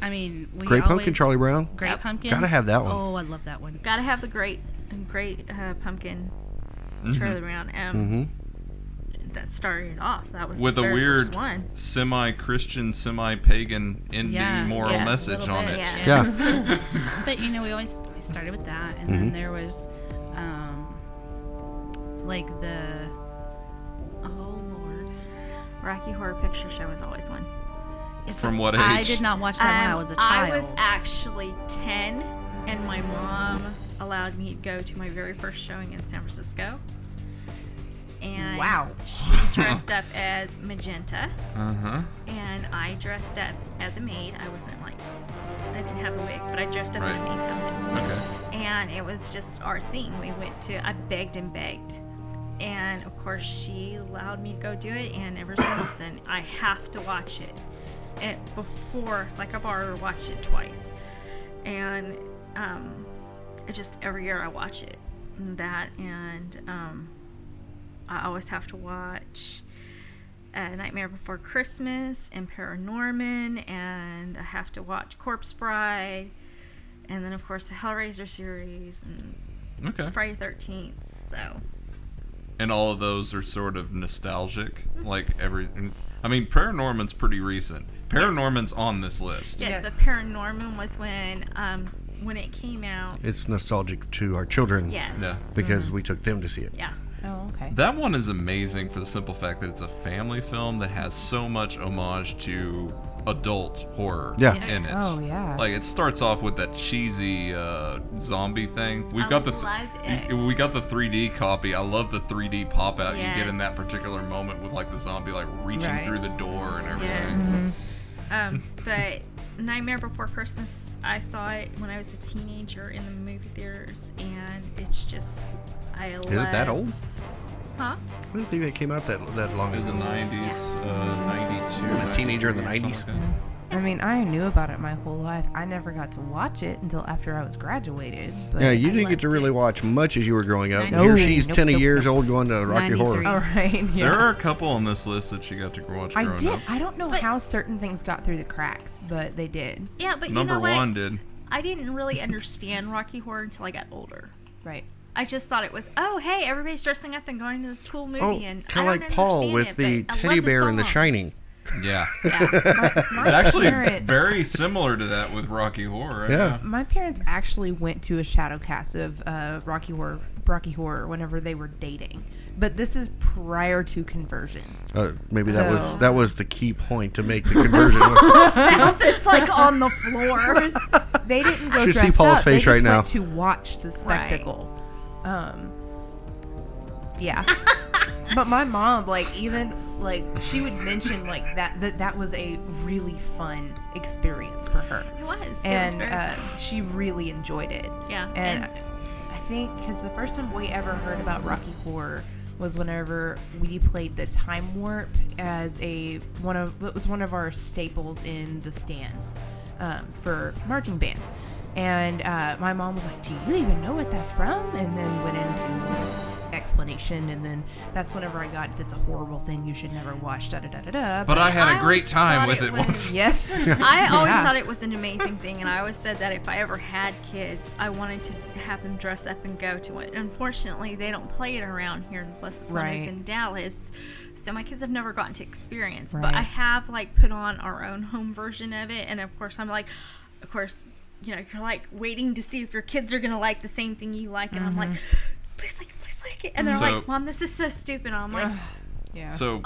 Speaker 8: I mean, we
Speaker 3: Great
Speaker 8: always,
Speaker 3: Pumpkin, Charlie Brown.
Speaker 8: Great
Speaker 5: Yep.
Speaker 8: pumpkin.
Speaker 3: Gotta have that one.
Speaker 8: Oh, I love that one.
Speaker 5: Gotta have the great, great uh, pumpkin
Speaker 6: Mm-hmm.
Speaker 5: Charlie Brown. Um,
Speaker 3: Mm-hmm.
Speaker 5: That started it off. That was the
Speaker 6: With a
Speaker 5: very
Speaker 6: weird
Speaker 5: first one.
Speaker 6: semi-Christian, semi-pagan ending
Speaker 8: Yeah,
Speaker 6: moral
Speaker 5: yes, a
Speaker 6: message
Speaker 5: little
Speaker 6: on
Speaker 5: bit,
Speaker 6: it.
Speaker 5: yeah.
Speaker 3: Yeah,
Speaker 8: But you know, we always we started with that, and then there was, um, like the, oh lord,
Speaker 5: Rocky Horror Picture Show is always one.
Speaker 8: It's
Speaker 6: From
Speaker 8: the-
Speaker 6: what
Speaker 8: I
Speaker 6: age?
Speaker 8: did not watch that when I
Speaker 5: Um,
Speaker 8: was a child.
Speaker 5: I was actually 10, and my mom allowed me to go to my very first showing in San Francisco. And
Speaker 7: Wow.
Speaker 5: she dressed up as Magenta,
Speaker 6: Uh huh.
Speaker 5: and I dressed up as a maid. I wasn't like, I didn't have a wig, but I dressed up in a
Speaker 6: Right.
Speaker 5: maid's outfit.
Speaker 6: Okay.
Speaker 5: And it was just our thing. We went to, I begged and begged. And of course, she allowed me to go do it, and ever since then, I have to watch it. It before, like I've already watched it twice, and um, it just every year I watch it. And That and um, I always have to watch uh, Nightmare Before Christmas and Paranorman, and I have to watch Corpse Bride, and then of course the Hellraiser series and
Speaker 6: Okay.
Speaker 5: Friday Thirteenth. So
Speaker 6: and all of those are sort of nostalgic. Like every, I mean, Paranorman's pretty recent. Paranorman's on this list.
Speaker 5: yes,
Speaker 7: Yes.
Speaker 5: the Paranorman was when um, when it came out.
Speaker 3: it's nostalgic to our children.
Speaker 5: Yes. Mm-hmm.
Speaker 6: Yeah.
Speaker 3: because we took them to see it.
Speaker 5: Yeah.
Speaker 7: Oh, okay.
Speaker 6: That one is amazing for the simple fact that it's a family film that has so much homage to adult horror
Speaker 3: Yeah.
Speaker 6: in it.
Speaker 7: Oh, yeah.
Speaker 6: Like it starts off with that cheesy uh, zombie thing. We've
Speaker 5: I
Speaker 6: got the
Speaker 5: love it.
Speaker 6: we got the 3D copy. I love the 3D pop out you get in that
Speaker 5: Yes.
Speaker 6: particular moment with like the zombie like reaching
Speaker 7: Right.
Speaker 6: through the door and
Speaker 5: Yes.
Speaker 6: everything.
Speaker 5: Um, but Nightmare Before Christmas, I saw it when I was a teenager in the movie theaters, and it's just I love.
Speaker 3: Is it that old?
Speaker 5: Huh?
Speaker 3: I didn't think that came out that that long
Speaker 6: In the
Speaker 3: ago.
Speaker 6: 90s, uh, 92.
Speaker 3: A teenager in the
Speaker 6: 93,
Speaker 3: 90s.
Speaker 6: something like that.
Speaker 7: I mean, I knew about it my whole life. I never got to watch it until after I was graduated. But
Speaker 3: Yeah, you
Speaker 7: I
Speaker 3: didn't get to
Speaker 7: loved
Speaker 3: really
Speaker 7: it.
Speaker 3: watch much as you were growing up.
Speaker 7: No,
Speaker 3: Here she's
Speaker 7: nope,
Speaker 3: 10
Speaker 7: nope,
Speaker 3: years
Speaker 7: nope.
Speaker 3: old going to Rocky
Speaker 8: 93.
Speaker 3: Horror.
Speaker 7: All right. Yeah.
Speaker 6: There are a couple on this list that you got to watch growing
Speaker 7: I did.
Speaker 6: up.
Speaker 7: I don't know
Speaker 5: But-
Speaker 7: how certain things got through the cracks, but they did.
Speaker 5: Yeah, but
Speaker 6: Number
Speaker 5: you know
Speaker 6: one
Speaker 5: what?
Speaker 6: did.
Speaker 5: I didn't really understand Rocky Horror until I got older.
Speaker 7: Right.
Speaker 5: I just thought it was, oh hey, everybody's dressing up and going to this cool movie,
Speaker 3: Oh,
Speaker 5: and
Speaker 3: kind of
Speaker 5: I don't
Speaker 3: like Paul
Speaker 5: understand
Speaker 3: with
Speaker 5: it,
Speaker 3: the
Speaker 5: but I love
Speaker 3: teddy bear in The
Speaker 5: songs."
Speaker 3: Shining.
Speaker 6: Yeah.
Speaker 7: My
Speaker 6: It's actually
Speaker 7: parents-
Speaker 6: very similar to that with Rocky Horror. right?
Speaker 3: Yeah.
Speaker 7: My parents actually went to a shadow cast of uh, Rocky Horror, Rocky Horror, whenever they were dating. But this is prior to conversion.
Speaker 3: Uh, maybe that was
Speaker 7: So-
Speaker 3: that was the key point to make the conversion. was-
Speaker 7: it's like on the floor. they didn't go
Speaker 3: Should see
Speaker 7: dressed
Speaker 3: Paul's
Speaker 7: up. They
Speaker 3: face
Speaker 7: just
Speaker 3: right
Speaker 7: went
Speaker 3: now.
Speaker 7: to watch the spectacle. Um, yeah. but my mom, like, even like she would mention like that that that was a really fun experience for her,
Speaker 5: It was. it was
Speaker 7: and
Speaker 5: very
Speaker 7: uh, she really enjoyed it.
Speaker 5: Yeah,
Speaker 7: and,
Speaker 5: and-
Speaker 7: I think because the first time we ever heard about Rocky Horror was whenever we played the Time Warp as a one of it was one of our staples in the stands um, for marching band. And uh, my mom was like, "Do you even know what that's from?" And then went into explanation, and then that's whenever I got that's a horrible thing you should never watch. Da da da da da.
Speaker 6: But I had
Speaker 5: I
Speaker 6: a great
Speaker 5: always
Speaker 6: time
Speaker 5: thought
Speaker 6: with
Speaker 5: it
Speaker 6: it,
Speaker 5: was-
Speaker 6: once.
Speaker 7: yes,
Speaker 5: I always
Speaker 7: Yeah.
Speaker 5: thought it was an amazing thing, and I always said that if I ever had kids, I wanted to have them dress up and go to it. Unfortunately, they don't play it around here unless this one is
Speaker 7: Right.
Speaker 5: in Dallas, so my kids have never gotten to experience. But I
Speaker 7: Right.
Speaker 5: have like put on our own home version of it, and of course, I'm like, of course, you know, you're like waiting to see if your kids are gonna like the same thing you like, and I'm like,
Speaker 7: Mm-hmm.
Speaker 5: please like it, please like it, and they're
Speaker 6: So-
Speaker 5: like, Mom, this is so stupid. And I'm like,
Speaker 7: Yeah.
Speaker 6: So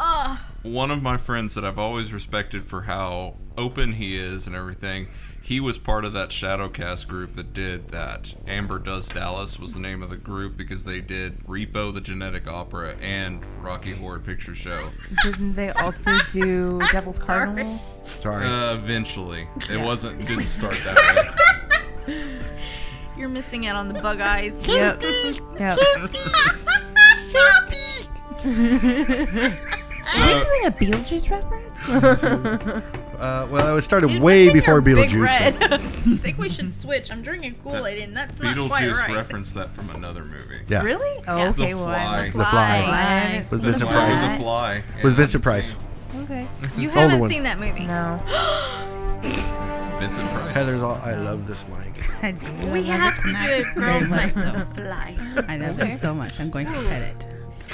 Speaker 6: one of my friends that I've always respected for how open he is and everything, he was part of that Shadowcast group that did that. Amber Does Dallas was the name of the group because they did Repo the Genetic Opera and Rocky Horror Picture Show.
Speaker 7: Didn't they also do Devil's Cardinal?
Speaker 3: Sorry.
Speaker 6: Uh, eventually, it wasn't didn't start that way.
Speaker 5: you're missing out on the bug eyes.
Speaker 7: Yep. Yep.
Speaker 6: So,
Speaker 7: Doing a Beetlejuice reference?
Speaker 3: Uh, well, it started
Speaker 5: Dude,
Speaker 3: way
Speaker 5: what's in
Speaker 3: before
Speaker 5: your Big
Speaker 3: Beetlejuice.
Speaker 5: Red?
Speaker 3: but-
Speaker 5: I think we should switch. I'm drinking Kool Aid, and that's not quite
Speaker 6: Beetlejuice
Speaker 5: right.
Speaker 6: referenced that from another movie.
Speaker 3: Yeah.
Speaker 7: Really? Oh,
Speaker 5: Yeah.
Speaker 6: The
Speaker 7: okay. Well,
Speaker 6: Fly.
Speaker 7: I
Speaker 3: The Fly with
Speaker 7: haven't seen
Speaker 6: The
Speaker 3: Vincent
Speaker 6: Fly was
Speaker 7: that.
Speaker 6: a fly. Yeah,
Speaker 3: with Vincent
Speaker 6: I
Speaker 3: Price.
Speaker 6: haven't
Speaker 7: Okay.
Speaker 5: You
Speaker 3: Older
Speaker 5: haven't
Speaker 3: one.
Speaker 5: seen that movie.
Speaker 7: No.
Speaker 6: seen Vincent Price.
Speaker 3: Heather's all. I love this mic.
Speaker 5: We have to do it, girls night
Speaker 8: much so.
Speaker 5: the fly.
Speaker 8: I love it so much. I'm going to pet it.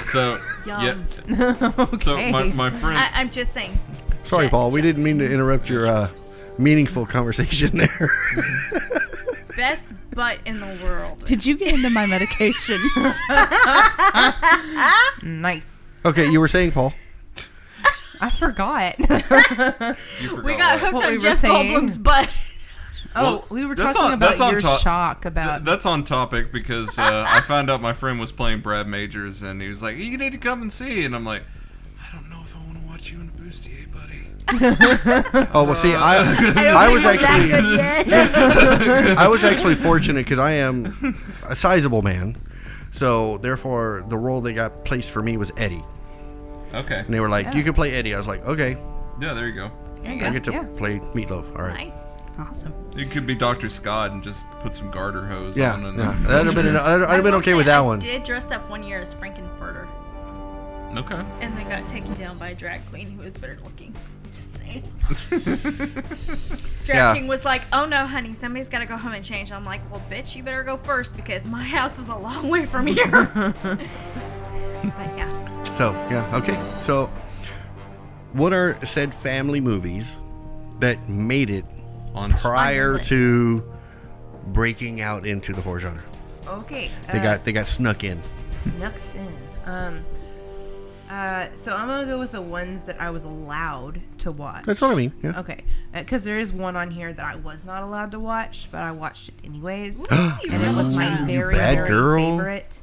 Speaker 6: So yeah.
Speaker 5: Yum.
Speaker 6: So my,
Speaker 7: Okay.
Speaker 6: my friend.
Speaker 5: I, I'm just saying.
Speaker 3: Sorry, Paul. We didn't mean to interrupt your uh, meaningful conversation there.
Speaker 5: Best butt in the world.
Speaker 8: Did you get into my medication?
Speaker 7: Nice.
Speaker 3: okay, you were saying, Paul.
Speaker 7: I forgot.
Speaker 6: you forgot
Speaker 5: We got
Speaker 6: what.
Speaker 5: hooked
Speaker 7: What
Speaker 5: on
Speaker 7: we were
Speaker 5: Jeff
Speaker 7: saying.
Speaker 5: Goldblum's butt.
Speaker 7: oh,
Speaker 6: Well,
Speaker 7: we were
Speaker 6: that's
Speaker 7: talking
Speaker 6: on-
Speaker 7: about
Speaker 6: that's on
Speaker 7: your
Speaker 6: top-
Speaker 7: shock
Speaker 6: Th-
Speaker 7: about.
Speaker 6: that's on topic because uh, I found out my friend was playing Brad Majors and he was like, "You need to come and see," and I'm like, "I don't know if I want to watch you in a bustier, buddy."
Speaker 3: Oh well,
Speaker 6: Uh,
Speaker 3: see, I I was actually I was actually fortunate because I am a sizable man, so therefore the role they got placed for me was Eddie,
Speaker 6: okay,
Speaker 3: and they were like, "You can play Eddie." I was like, "Okay,
Speaker 6: yeah, there you go.
Speaker 3: I get to
Speaker 7: yeah.
Speaker 3: play Meatloaf." All right,
Speaker 5: Nice.
Speaker 8: awesome.
Speaker 6: You could be Doctor Scott and just put some garter hose
Speaker 3: yeah,
Speaker 6: on. And
Speaker 3: yeah. That'd have been I'd, I'd have been
Speaker 5: will
Speaker 3: okay
Speaker 5: say
Speaker 3: with that
Speaker 5: I
Speaker 3: one.
Speaker 5: did dress up one year as Frankenfurter,
Speaker 6: okay.
Speaker 5: and then got taken down by a drag queen who was better looking. Just saying. drag
Speaker 3: Yeah.
Speaker 5: queen was like, "Oh no, honey, somebody's got to go home and change." I'm like, "Well, bitch, you better go first because my house is a long way from here." but yeah,
Speaker 3: So yeah, okay. So, what are said family movies that made it
Speaker 6: On
Speaker 3: prior to breaking out into the horror genre?
Speaker 7: okay.
Speaker 3: They
Speaker 7: uh,
Speaker 3: got they got snuck in.
Speaker 7: Snooks in. Um, uh, so I'm gonna go with the ones that I was allowed to watch.
Speaker 3: That's what I mean. Yeah.
Speaker 7: Okay, because there is one on here that I was not allowed to watch, but I watched it anyways, and it was my very,
Speaker 3: bad
Speaker 7: very
Speaker 3: girl.
Speaker 7: favorite.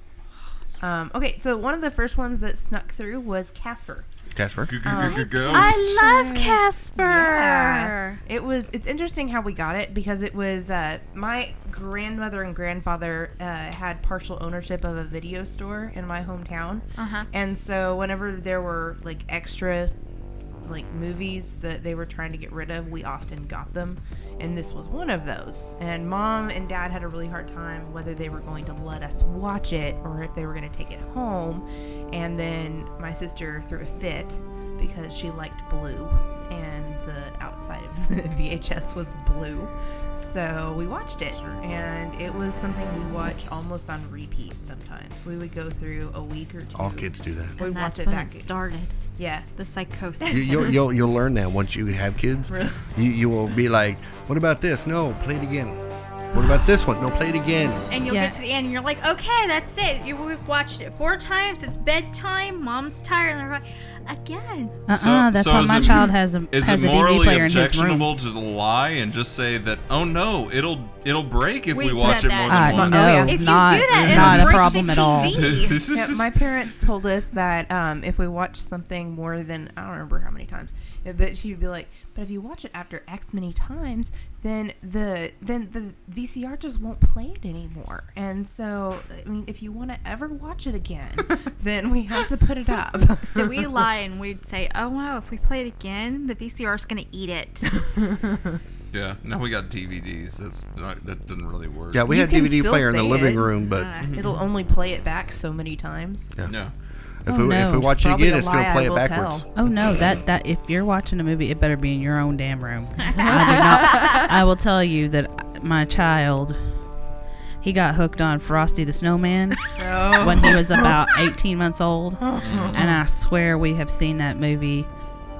Speaker 7: Um, okay, so one of the first ones that snuck through was Casper.
Speaker 3: Casper.
Speaker 6: Go, go,
Speaker 8: Oh,
Speaker 6: go, go, go.
Speaker 5: I love Casper.
Speaker 7: It was. It's interesting how we got it because it was uh, my grandmother and grandfather uh, had partial ownership of a video store in my hometown,
Speaker 5: Uh-huh.
Speaker 7: and so whenever there were like extra like movies that they were trying to get rid of, we often got them, and this was one of those. And mom and dad had a really hard time whether they were going to let us watch it or if they were going to take it home. And then my sister threw a fit because she liked blue, and the outside of the VHS was blue. So we watched it, and it was something we watch almost on repeat sometimes. We would go through a week or two.
Speaker 3: All kids do that.
Speaker 7: We watch
Speaker 4: That's
Speaker 7: it
Speaker 4: when
Speaker 7: back.
Speaker 4: it started.
Speaker 7: Yeah.
Speaker 4: The psychosis.
Speaker 3: You, you'll, you'll you'll learn that once you have kids. You you will be like, what about this? No, play it again. What about this one? No, play it again.
Speaker 5: And you'll
Speaker 7: Yeah.
Speaker 5: get to the end and you're like, okay, that's it. You, we've watched it four times. It's bedtime. Mom's tired. And they're like, again.
Speaker 8: Uh uh
Speaker 6: So-
Speaker 8: that's
Speaker 6: so
Speaker 8: why
Speaker 6: is
Speaker 8: my
Speaker 6: it-
Speaker 8: child has a
Speaker 6: Is
Speaker 8: has
Speaker 6: it
Speaker 8: a DVD
Speaker 6: morally
Speaker 8: player in his room.
Speaker 6: objectionable to lie and just say that? Oh no, it'll it'll break if we,
Speaker 5: We
Speaker 6: watch it
Speaker 5: said
Speaker 6: more
Speaker 5: that.
Speaker 6: than
Speaker 8: Uh,
Speaker 6: once.
Speaker 8: no,
Speaker 5: If
Speaker 8: not,
Speaker 5: you do that, it'll
Speaker 8: not a
Speaker 5: break
Speaker 8: problem
Speaker 5: the
Speaker 8: at all.
Speaker 5: TV.
Speaker 7: yeah, my parents told us that um, if we watched something more than I don't remember how many times, yeah, but she'd be like, "But if you watch it after X many times, then the then the VCR just won't play it anymore." And so, I mean, if you want to ever watch it again, then we have to put it up.
Speaker 5: So we lie and we'd say, oh no, if we play it again, the VCR's going to eat it.
Speaker 6: Yeah, now we got DVDs. That's not, that doesn't really work.
Speaker 3: Yeah, we
Speaker 7: You
Speaker 3: had
Speaker 7: can
Speaker 3: DVD
Speaker 7: still
Speaker 3: player in the
Speaker 7: say
Speaker 3: living
Speaker 7: it. Uh,
Speaker 3: room, but
Speaker 7: It'll only play it back so many times.
Speaker 6: Yeah.
Speaker 3: if,
Speaker 8: Oh,
Speaker 3: we, if we
Speaker 8: no.
Speaker 3: watch it
Speaker 7: Probably
Speaker 3: again,
Speaker 7: a
Speaker 3: it's gonna
Speaker 7: lie I
Speaker 3: play it
Speaker 7: will
Speaker 3: backwards.
Speaker 7: tell.
Speaker 8: Oh no, that that if you're watching a movie, it better be in your own damn room. I, do not, I will tell you that my child, he got hooked on Frosty the Snowman
Speaker 7: Oh.
Speaker 8: when he was about 18 months old, and I swear we have seen that movie.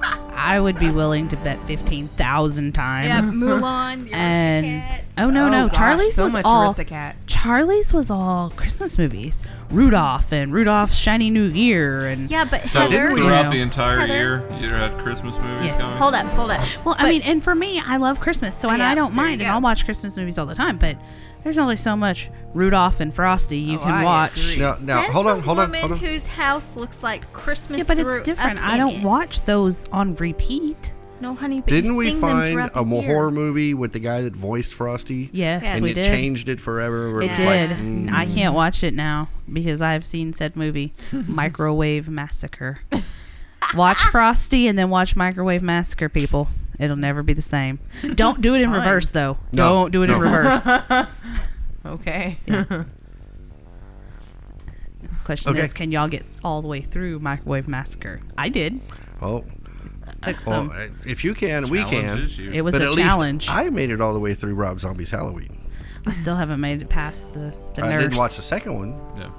Speaker 8: I I would be willing to bet fifteen thousand times.
Speaker 5: Yeah, Mulan, the
Speaker 8: and
Speaker 5: Aristocats.
Speaker 8: oh no
Speaker 7: Oh,
Speaker 8: no
Speaker 7: gosh,
Speaker 8: Charlie's
Speaker 7: so
Speaker 8: was
Speaker 7: much
Speaker 8: all
Speaker 7: Aristocats.
Speaker 8: Charlie's was all Christmas movies Rudolph and Rudolph's Shiny New Year and
Speaker 5: Yeah, but
Speaker 6: So
Speaker 5: Heather.
Speaker 8: we-
Speaker 6: throughout
Speaker 8: Yeah.
Speaker 6: the entire
Speaker 5: Heather?
Speaker 6: year, you had Christmas movies
Speaker 8: Yes.
Speaker 6: coming.
Speaker 5: Hold up, hold up.
Speaker 8: well I
Speaker 5: But-
Speaker 8: mean and for me I love Christmas so and
Speaker 5: Yeah,
Speaker 8: I don't
Speaker 5: there you
Speaker 8: mind and
Speaker 5: go.
Speaker 8: I'll watch Christmas movies all the time but there's only so much Rudolph and Frosty you
Speaker 7: Oh,
Speaker 8: can
Speaker 7: I
Speaker 8: watch
Speaker 7: agree.
Speaker 3: Now, now,
Speaker 5: Says
Speaker 3: hold
Speaker 5: the
Speaker 3: on, hold on,
Speaker 5: woman
Speaker 3: hold on.
Speaker 5: Whose house looks like Christmas?
Speaker 8: yeah but
Speaker 5: through
Speaker 8: it's different
Speaker 5: a
Speaker 8: I don't
Speaker 5: minute.
Speaker 8: watch those on repeat
Speaker 5: No, honey. But you
Speaker 3: Didn't we
Speaker 5: sing them
Speaker 3: find
Speaker 5: throughout
Speaker 3: a
Speaker 5: the year.
Speaker 3: horror movie with the guy that voiced Frosty?
Speaker 8: yes,
Speaker 5: Yes.
Speaker 3: And
Speaker 8: we
Speaker 3: it
Speaker 8: did
Speaker 3: changed it forever. where
Speaker 8: it
Speaker 3: was
Speaker 8: did
Speaker 3: Like, mm.
Speaker 8: I can't watch it now because I've seen said movie Microwave Massacre watch Frosty and then watch Microwave Massacre people it'll never be the same don't do it in
Speaker 7: Fine.
Speaker 8: reverse though
Speaker 3: No,
Speaker 8: don't do it
Speaker 3: no.
Speaker 8: in reverse
Speaker 7: Okay.
Speaker 8: Question
Speaker 3: Okay.
Speaker 8: is, can y'all get all the way through Microwave Massacre? I did.
Speaker 3: Oh,
Speaker 8: Took
Speaker 3: well,
Speaker 8: some.
Speaker 3: uh, if you can, we can.
Speaker 6: Challenges you.
Speaker 8: it was
Speaker 3: but
Speaker 8: a
Speaker 3: at
Speaker 8: challenge.
Speaker 3: least I made it all the way through Rob Zombie's Halloween.
Speaker 8: I still haven't made it past the the
Speaker 3: I
Speaker 8: nurse.
Speaker 3: didn't watch the second one.
Speaker 6: Yeah.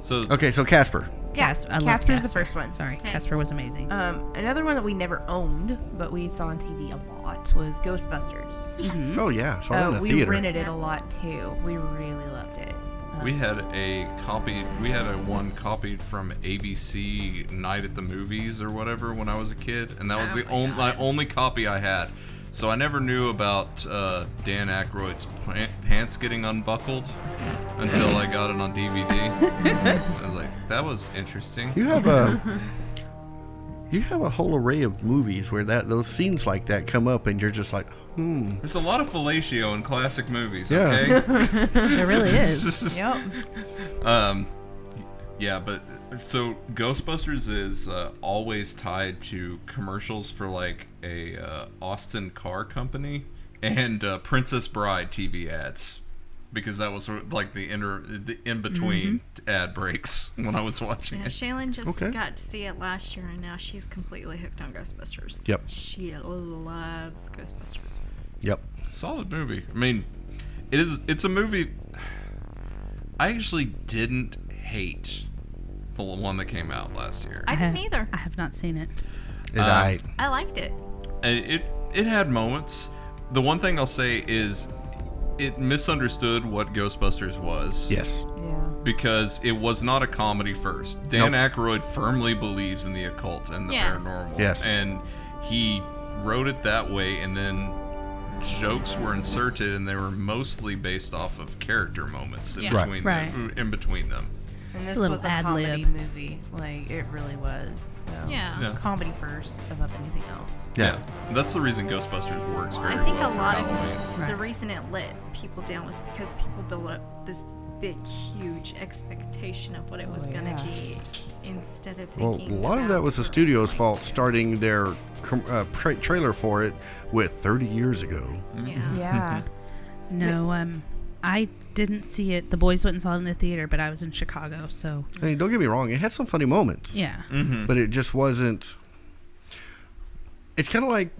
Speaker 6: So
Speaker 3: Okay, so Casper.
Speaker 7: Yeah,
Speaker 8: Cas- I love
Speaker 7: Casper's the
Speaker 8: Casper.
Speaker 7: first one.
Speaker 8: Sorry, Casper was amazing.
Speaker 7: Um, another one that we never owned, but we saw on TV a lot, was Ghostbusters.
Speaker 3: Oh yeah, so
Speaker 7: Uh,
Speaker 3: I'm in the
Speaker 7: we
Speaker 3: theater.
Speaker 7: rented it a lot too. We really loved it.
Speaker 6: we had a copy. We had a one copied from ABC Night at the Movies or whatever when I was a kid, and that was the only my only copy I had. So I never knew about uh, Dan Aykroyd's pant- pants getting unbuckled until I got it on DVD. I was like, that was interesting.
Speaker 3: You have a you have a whole array of movies where that those scenes like that come up, and you're just like, hmm.
Speaker 6: There's a lot of fellatio in classic movies.
Speaker 3: Yeah.
Speaker 6: Okay.
Speaker 8: There really is.
Speaker 7: Yep.
Speaker 6: Um, yeah, but so Ghostbusters is uh, always tied to commercials for like a uh, Austin car company and uh, Princess Bride TV ads because that was sort of like the inner the in between ad breaks when I was watching
Speaker 5: Yeah,
Speaker 6: it.
Speaker 5: Shaylin just
Speaker 3: Okay.
Speaker 5: got to see it last year, and now she's completely hooked on Ghostbusters.
Speaker 3: Yep.
Speaker 5: She loves Ghostbusters.
Speaker 3: Yep.
Speaker 6: Solid movie. I mean, it is. It's a movie. I actually didn't hate the one that came out last year.
Speaker 5: I didn't
Speaker 8: have-
Speaker 5: either.
Speaker 8: I have not seen it.
Speaker 3: Is I
Speaker 5: I liked it.
Speaker 6: And Uh, it it had moments. The one thing I'll say is it misunderstood what Ghostbusters was
Speaker 3: yes.
Speaker 7: Yeah.
Speaker 6: because it was not a comedy first. Dan Aykroyd firmly believes in the occult and the
Speaker 5: Yes.
Speaker 6: paranormal,
Speaker 3: Yes.
Speaker 6: and he wrote it that way. And then jokes were inserted, and they were mostly based off of character moments in
Speaker 5: Yeah.
Speaker 3: Right.
Speaker 6: between
Speaker 8: Right.
Speaker 6: them, in between them.
Speaker 7: And this
Speaker 8: a little
Speaker 7: was a comedy
Speaker 8: ad-lib.
Speaker 7: movie. Like it really was. So.
Speaker 5: Yeah.
Speaker 6: Yeah.
Speaker 7: Comedy first above anything else.
Speaker 3: Yeah.
Speaker 6: that's the reason Ghostbusters works very
Speaker 5: I think
Speaker 6: well
Speaker 5: a
Speaker 6: for
Speaker 5: lot of
Speaker 6: Halloween.
Speaker 5: the
Speaker 8: Right.
Speaker 5: reason it let people down was because people built up this big, huge expectation of what it
Speaker 8: Oh,
Speaker 5: was going to be instead of
Speaker 3: Well,
Speaker 5: thinking.
Speaker 3: a lot of
Speaker 5: about
Speaker 3: that was the
Speaker 5: where it
Speaker 3: studio's
Speaker 5: going
Speaker 3: fault
Speaker 5: to.
Speaker 3: starting their com- uh, tra- trailer for it with 30 years ago.
Speaker 8: Mm-hmm.
Speaker 5: Yeah.
Speaker 7: Yeah.
Speaker 8: No, um, I didn't see it. The boys went and saw it in the theater, but I was in Chicago, so
Speaker 3: I mean, don't get me wrong, it had some funny moments.
Speaker 8: yeah.
Speaker 3: But it just wasn't. It's kind of like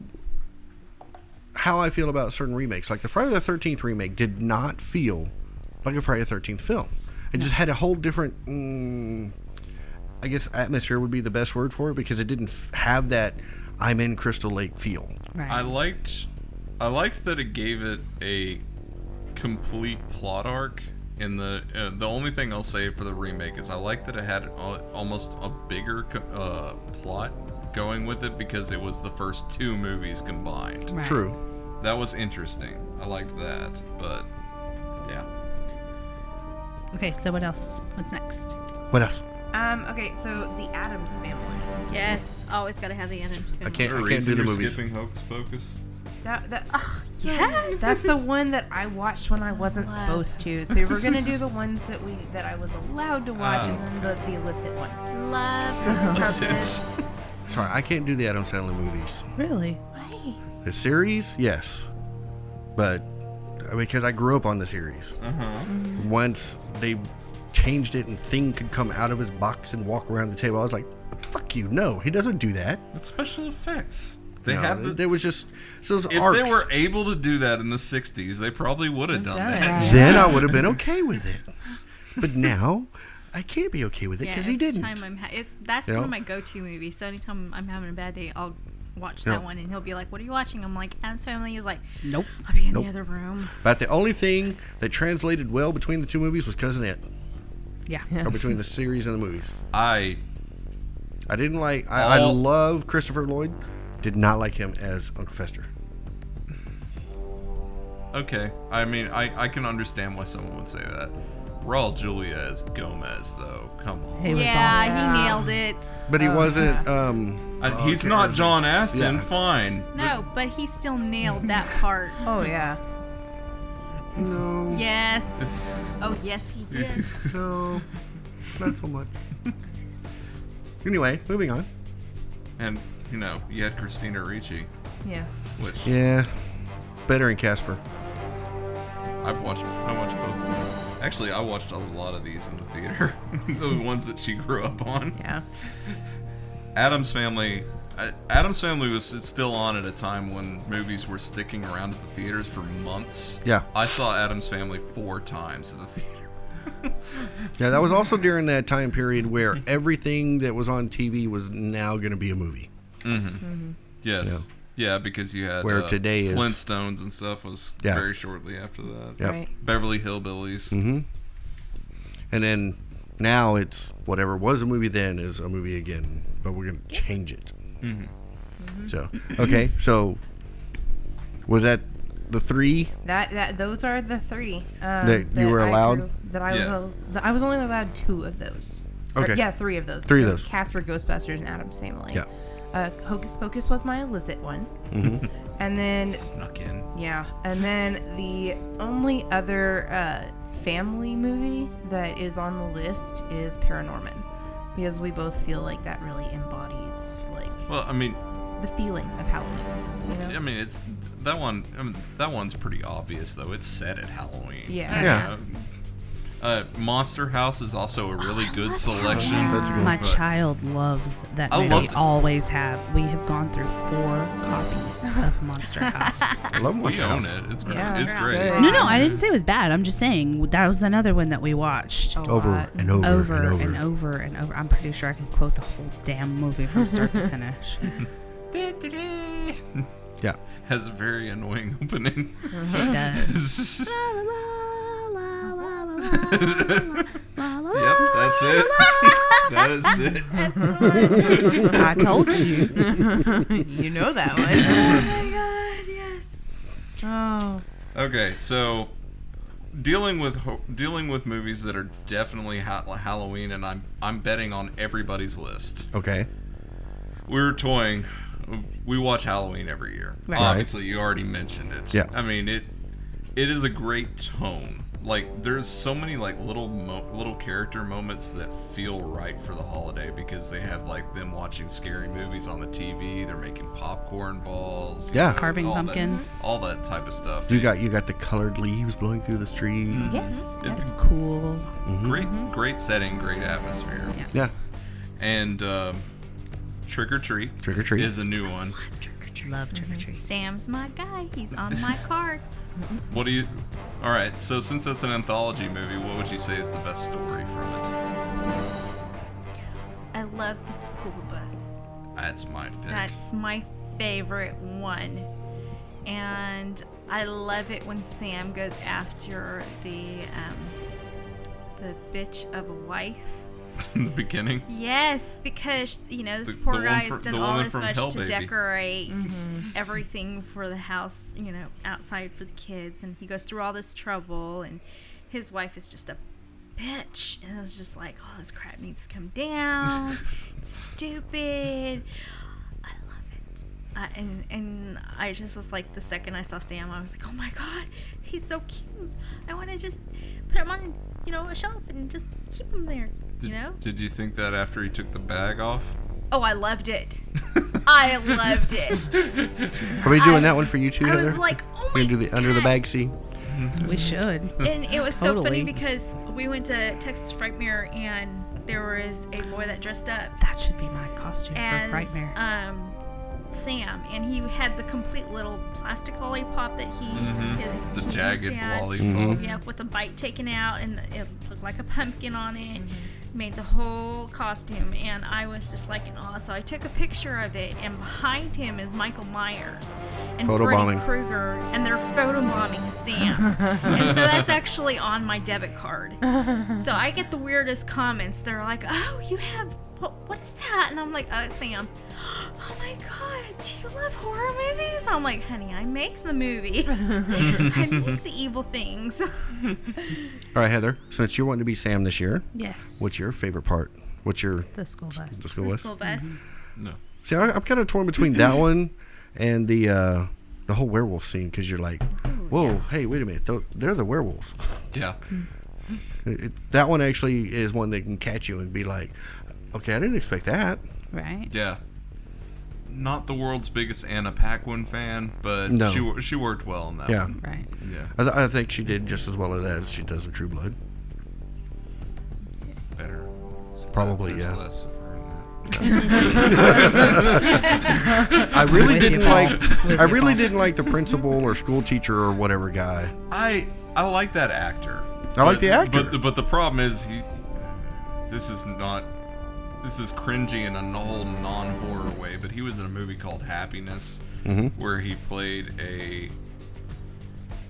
Speaker 3: how I feel about certain remakes. Like the Friday the 13th remake did not feel like a Friday the 13th film, it just had a whole different. Mm, I guess atmosphere would be the best word for it because it didn't f- have that I'm in Crystal Lake feel.
Speaker 8: Right.
Speaker 6: I liked I liked that it gave it a complete plot arc in the uh, the only thing I'll say for the remake is I like that it had al- almost a bigger co- uh, plot going with it because it was the first two movies combined.
Speaker 8: Right.
Speaker 3: True.
Speaker 6: That was interesting. I liked that, but yeah.
Speaker 8: Okay, so what else? What's next?
Speaker 3: What else?
Speaker 7: Um. Okay. So the Adams Family.
Speaker 5: Yes. Always got to have the energy.
Speaker 3: I can't, I can't
Speaker 6: Reason
Speaker 3: do the
Speaker 6: you're
Speaker 3: movies.
Speaker 6: Skipping Hocus Pocus.
Speaker 7: That that.
Speaker 5: Yes.
Speaker 7: That's the one that I watched when I wasn't
Speaker 5: Love.
Speaker 7: supposed to. So we're gonna do the ones that we that I was allowed to watch,
Speaker 3: Oh.
Speaker 7: and then the, the illicit ones.
Speaker 5: Love.
Speaker 6: It's-
Speaker 3: Sorry, I can't do the Adam Sandler movies.
Speaker 8: Really?
Speaker 3: The series, yes, but because I grew up on the series.
Speaker 6: Uh-huh.
Speaker 3: Once they changed it and Thing could come out of his box and walk around the table, I was like, "Fuck you! No, he doesn't do that."
Speaker 6: it's special effects. They
Speaker 3: No,
Speaker 6: have the.
Speaker 3: there was just so those
Speaker 6: if
Speaker 3: arcs.
Speaker 6: they were able to do that in the '60s, they probably would have done
Speaker 7: done it.
Speaker 6: that.
Speaker 3: then I would have been okay with it, but now I can't be okay with it because he
Speaker 5: every
Speaker 3: didn't.
Speaker 5: Time I'm ha- it's, that's
Speaker 3: You
Speaker 5: one
Speaker 3: know?
Speaker 5: of my go-to movies. So anytime I'm having a bad day, I'll watch
Speaker 3: You
Speaker 5: that
Speaker 3: know?
Speaker 5: one, and he'll be like, "What are you watching?" I'm like, "Adam's Family." He's like,
Speaker 8: Nope.
Speaker 5: "I'll be in
Speaker 3: Nope.
Speaker 5: the other room."
Speaker 3: About the only thing that translated well between the two movies was Cousin Ed,
Speaker 8: Yeah.
Speaker 3: or between the series and the movies.
Speaker 6: I
Speaker 3: I didn't like. I, I
Speaker 6: All-
Speaker 3: love Christopher Lloyd. Did not like him as Uncle Fester.
Speaker 6: okay. I mean, I I can understand why someone would say that. Raul Julia as Gomez, though. Come on.
Speaker 8: He was
Speaker 5: yeah,
Speaker 8: awesome.
Speaker 5: he nailed it.
Speaker 3: But he wasn't. Um,
Speaker 6: I- he's
Speaker 3: okay,
Speaker 6: not
Speaker 3: there's-
Speaker 6: John Aston.
Speaker 3: yeah.
Speaker 6: Fine.
Speaker 5: No, but he still nailed that part.
Speaker 7: Oh yeah.
Speaker 3: No,
Speaker 5: Yes.
Speaker 6: It's-
Speaker 5: Oh, yes, he did.
Speaker 3: no, not so much. anyway, moving on.
Speaker 6: and you know, you had Christina Ricci,
Speaker 7: Yeah.
Speaker 6: which
Speaker 3: Yeah, better in Casper.
Speaker 6: I've watched. I watched both. of them. Actually, I watched a lot of these in the theater. the ones that she grew up on.
Speaker 7: Yeah.
Speaker 6: Adam's Family. I- Adam's Family was still on at a time when movies were sticking around at the theaters for months.
Speaker 3: Yeah.
Speaker 6: I saw Adam's Family four times at the theater.
Speaker 3: Yeah, that was also during that time period where everything that was on TV was now going to be a movie.
Speaker 6: Yes.
Speaker 3: Yeah.
Speaker 6: Yeah, because you had uh,
Speaker 3: Where today is-
Speaker 6: Flintstones and stuff was
Speaker 3: Yeah.
Speaker 6: very shortly after that.
Speaker 3: Yep.
Speaker 7: Right.
Speaker 6: Beverly Hillbillies.
Speaker 3: Mm-hmm. And then now it's whatever was a movie then is a movie again, but we're going to change it.
Speaker 6: Mm-hmm.
Speaker 3: So, okay, so was that the three?
Speaker 7: That that those are the three um,
Speaker 3: That you were
Speaker 7: I
Speaker 3: allowed?
Speaker 7: grew- that I was
Speaker 6: Yeah.
Speaker 7: al- that I was only allowed two of those. Or,
Speaker 3: Okay.
Speaker 7: yeah, three of those.
Speaker 3: Three of
Speaker 7: The
Speaker 3: those.
Speaker 7: Casper, Ghostbusters, and Adam's Family.
Speaker 3: Yeah. Mm-hmm.
Speaker 7: Uh, Hocus Pocus was my illicit one. and then
Speaker 6: Snuck in.
Speaker 7: yeah, and then the only other uh, family movie that is on the list is Paranorman, because we both feel like that really embodies like
Speaker 6: Well, I mean,
Speaker 7: the feeling of Halloween. You know?
Speaker 6: I mean, it's that one. I mean, that one's pretty obvious, though. It's set at Halloween.
Speaker 7: Yeah.
Speaker 3: Yeah.
Speaker 6: Uh, Monster House is also a really good selection.
Speaker 3: That's a good
Speaker 8: My
Speaker 6: But-
Speaker 8: child loves that
Speaker 6: I
Speaker 8: movie.
Speaker 6: love it.
Speaker 8: Always have. We have gone through four copies of Monster House.
Speaker 3: I love
Speaker 6: We
Speaker 3: Monster
Speaker 6: own
Speaker 3: House.
Speaker 6: it. It's great.
Speaker 7: Yeah.
Speaker 6: it's great.
Speaker 7: Good.
Speaker 8: No, no, I didn't say it was bad. I'm just saying that was another one that we watched
Speaker 7: A
Speaker 3: Over
Speaker 7: lot.
Speaker 3: and over,
Speaker 8: over
Speaker 3: and over.
Speaker 8: and over and over. I'm pretty sure I could quote the whole damn movie from start to finish. It
Speaker 3: Yeah.
Speaker 6: Has a very annoying opening.
Speaker 8: does.
Speaker 6: yep,
Speaker 8: La, la, la, la, la, la, la, la.
Speaker 6: that's it. that is it.
Speaker 8: I told you.
Speaker 7: you know that one.
Speaker 5: yes.
Speaker 7: oh.
Speaker 6: Okay, so dealing with ho- dealing with movies that are definitely ha- Halloween, and I'm I'm betting on everybody's list.
Speaker 3: Okay.
Speaker 6: we were toying. We watch Halloween every year.
Speaker 7: Right.
Speaker 6: Obviously, you already mentioned it.
Speaker 3: Yeah.
Speaker 6: I mean it. It is a great tone. Like there's so many like little mo- little character moments that feel right for the holiday because they have like them watching scary movies on the TV. They're making popcorn balls. you
Speaker 3: Yeah.
Speaker 8: Carving
Speaker 6: all that-
Speaker 8: pumpkins.
Speaker 6: all that type of stuff.
Speaker 3: You
Speaker 6: It-
Speaker 3: got you got the colored leaves blowing through the street.
Speaker 6: Mm-hmm.
Speaker 7: Yes.
Speaker 6: It's
Speaker 8: Cool.
Speaker 6: great, great setting, great atmosphere,
Speaker 3: Yeah.
Speaker 6: and um, Trick or Treat.
Speaker 3: Trick or Treat.
Speaker 6: is a new one.
Speaker 8: Love trick or
Speaker 7: Mhm.
Speaker 8: treat.
Speaker 5: Sam's my guy. He's on my card.
Speaker 6: What do you? All right. So since it's an anthology movie, what would you say is the best story from it?
Speaker 5: I love the school bus.
Speaker 6: That's my pick.
Speaker 5: That's my favorite one. And I love it when Sam goes after the um, the bitch of a wife.
Speaker 6: in the beginning.
Speaker 5: Yes, because you know this
Speaker 6: The-
Speaker 5: poor
Speaker 6: the one
Speaker 5: guy
Speaker 6: fr-
Speaker 5: has done
Speaker 6: the
Speaker 5: all
Speaker 6: woman
Speaker 5: this
Speaker 6: from
Speaker 5: much
Speaker 6: Hell
Speaker 5: to
Speaker 6: Baby.
Speaker 5: decorate everything for the house, you know, outside for the kids, and he goes through all this trouble, and his wife is just a bitch, and it's just like all this crap needs to come down. it's stupid. I love it. I, and and I just was like the second I saw Sam, I was like, oh my god, he's so cute. I want to just put him on, you know, a shelf and just keep him there.
Speaker 6: Did,
Speaker 5: you know?
Speaker 6: Did you think that after he took the bag off?
Speaker 5: Oh, I loved it. I loved it.
Speaker 3: Are we doing
Speaker 5: I-
Speaker 3: that one for you too,
Speaker 5: I
Speaker 3: Heather?
Speaker 5: was like, oh
Speaker 3: We're
Speaker 5: my
Speaker 3: gonna do the under the
Speaker 5: God.
Speaker 3: bag scene.
Speaker 8: We should.
Speaker 5: And it was so
Speaker 8: Totally.
Speaker 5: funny because we went to Texas Frightmare and there was a boy that dressed up
Speaker 8: That should be my costume
Speaker 5: as
Speaker 8: for Frightmare.
Speaker 7: uh,
Speaker 5: um, Sam, and he had the complete little plastic lollipop that he, his-
Speaker 6: Mm-hmm. The
Speaker 5: he
Speaker 6: jagged
Speaker 5: used to add.
Speaker 8: Mm-hmm.
Speaker 6: lollipop.
Speaker 8: Mm-hmm.
Speaker 5: Yep, with the bite taken out, and the, it looked like a pumpkin on it. made the whole costume, and I was just like in awe. So I took a picture of it, and behind him is Michael Myers and Freddy
Speaker 3: Photobombing.
Speaker 5: Krueger, and they're photobombing Sam. and so that's actually on my debit card. So I get the weirdest comments. They're like, "Oh, you have what, what is that?" And I'm like, "Oh, it's Sam." Oh my god, do you love horror movies? I'm like, honey, I make the movies. I make the evil things.
Speaker 3: All right, Heather. Since you're wanting to be Sam this year,
Speaker 8: Yes.
Speaker 3: what's your favorite part? What's your
Speaker 8: the school bus?
Speaker 3: the school was?
Speaker 5: School bus.
Speaker 4: Mm-hmm.
Speaker 6: No.
Speaker 3: See, I, I'm kind of torn between that one and the uh, the whole werewolf scene because you're like,
Speaker 8: Oh,
Speaker 3: whoa, hey, wait a minute, tho- they're the werewolves.
Speaker 6: Yeah.
Speaker 3: It, it- that one actually is one that can catch you and be like, okay, I didn't expect that.
Speaker 8: Right.
Speaker 6: Yeah. Not the world's biggest Anna Paquin fan, but
Speaker 3: No.
Speaker 6: she wor- she worked well on
Speaker 8: Oh.
Speaker 6: that
Speaker 3: Yeah.
Speaker 6: one.
Speaker 8: Right.
Speaker 6: Yeah.
Speaker 3: I, th- I think she did just as well as that as she does in True Blood.
Speaker 6: Better. It's that-
Speaker 3: Probably,
Speaker 6: there's
Speaker 3: yeah.
Speaker 6: less of her in that.
Speaker 3: I really
Speaker 8: With you,
Speaker 3: didn't
Speaker 8: Paul.
Speaker 3: like.
Speaker 8: With
Speaker 3: I
Speaker 8: you,
Speaker 3: really
Speaker 8: Paul.
Speaker 3: didn't like the principal or school teacher or whatever guy.
Speaker 6: I I like that actor.
Speaker 3: I like the actor.
Speaker 6: But the, but the problem is he. This is not. This is cringy in a n- whole non-horror way. But he was in a movie called Happiness,
Speaker 3: Mm-hmm.
Speaker 6: where he played a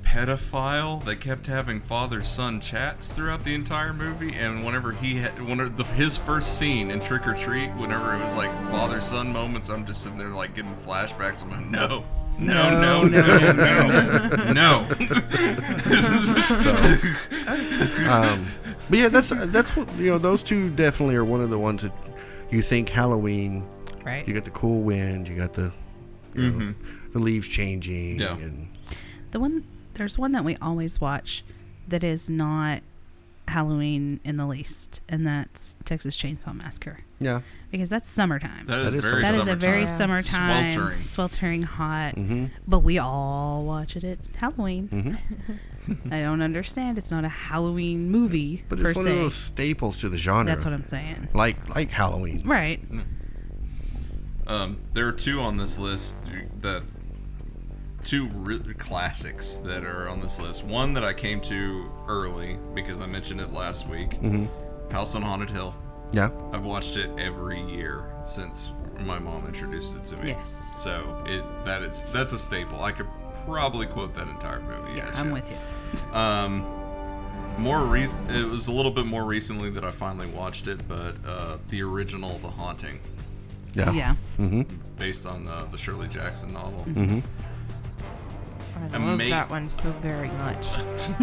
Speaker 6: pedophile that kept having father-son chats throughout the entire movie. And whenever he had one of the, his first scene in Trick or Treat, whenever it was like father-son moments, I'm just sitting there like getting flashbacks. I'm like, no. No, no, no, no, no. no.
Speaker 3: But yeah, that's that's what you know. Those two definitely are one of the ones that you think Halloween.
Speaker 8: Right.
Speaker 3: You got the cool wind. You got the you know, the leaves changing.
Speaker 6: Mm-hmm. Yeah.
Speaker 3: And
Speaker 8: The one there's one that we always watch that is not Halloween in the least, and that's Texas Chainsaw Massacre
Speaker 3: yeah.
Speaker 8: because that's summertime.
Speaker 6: That is,
Speaker 3: That is
Speaker 6: very
Speaker 8: That is
Speaker 6: summertime.
Speaker 8: a very
Speaker 7: Yeah.
Speaker 8: summertime,
Speaker 6: Sweltering.
Speaker 8: sweltering, hot.
Speaker 3: Mm-hmm.
Speaker 8: But we all watch it at Halloween.
Speaker 3: Mm-hmm.
Speaker 8: I don't understand. It's not a Halloween movie
Speaker 3: But
Speaker 8: per
Speaker 3: it's one
Speaker 8: se.
Speaker 3: of those staples to the genre.
Speaker 8: That's what I'm saying.
Speaker 3: like like Halloween.
Speaker 8: Right.
Speaker 6: Um, there are two on this list that two re- classics that are on this list. One that I came to early because I mentioned it last week. House on Haunted Hill.
Speaker 3: Yeah.
Speaker 6: I've watched it every year since my mom introduced it to me.
Speaker 8: Yes.
Speaker 6: So it that is that's a staple. I could probably quote that entire movie.
Speaker 8: Yeah,
Speaker 6: at
Speaker 8: I'm
Speaker 6: you.
Speaker 8: with you.
Speaker 6: Um, more recent, it was a little bit more recently that I finally watched it, but uh, the original, The Haunting,
Speaker 3: Yeah.
Speaker 8: Yeah.
Speaker 3: Mm-hmm.
Speaker 6: based on the, the Shirley Jackson novel.
Speaker 7: I love
Speaker 6: Ama-
Speaker 7: that one so very much.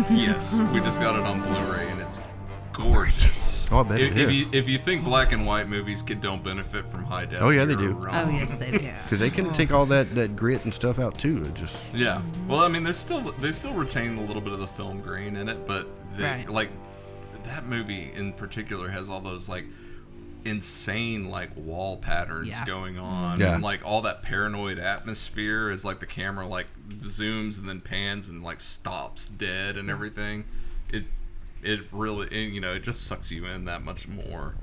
Speaker 6: yes, we just got it on Blu-ray, and it's gorgeous.
Speaker 3: Oh, I bet
Speaker 6: if,
Speaker 3: it
Speaker 6: if
Speaker 3: is.
Speaker 6: You, if you think black and white movies could don't benefit from high def,
Speaker 3: Oh, yeah, they
Speaker 6: you're
Speaker 3: do.
Speaker 6: wrong.
Speaker 8: Oh yes, they do.
Speaker 3: Because they can take all that that grit and stuff out too. It just
Speaker 6: Yeah. Well, I mean, they're still they still retain a little bit of the film grain in it, but they,
Speaker 8: Right.
Speaker 6: like that movie in particular has all those like insane like wall patterns
Speaker 8: Yeah.
Speaker 6: going on
Speaker 3: Yeah.
Speaker 6: and like all that paranoid atmosphere is like the camera like zooms and then pans and like stops dead and everything it it really it, you know it just sucks you in that much more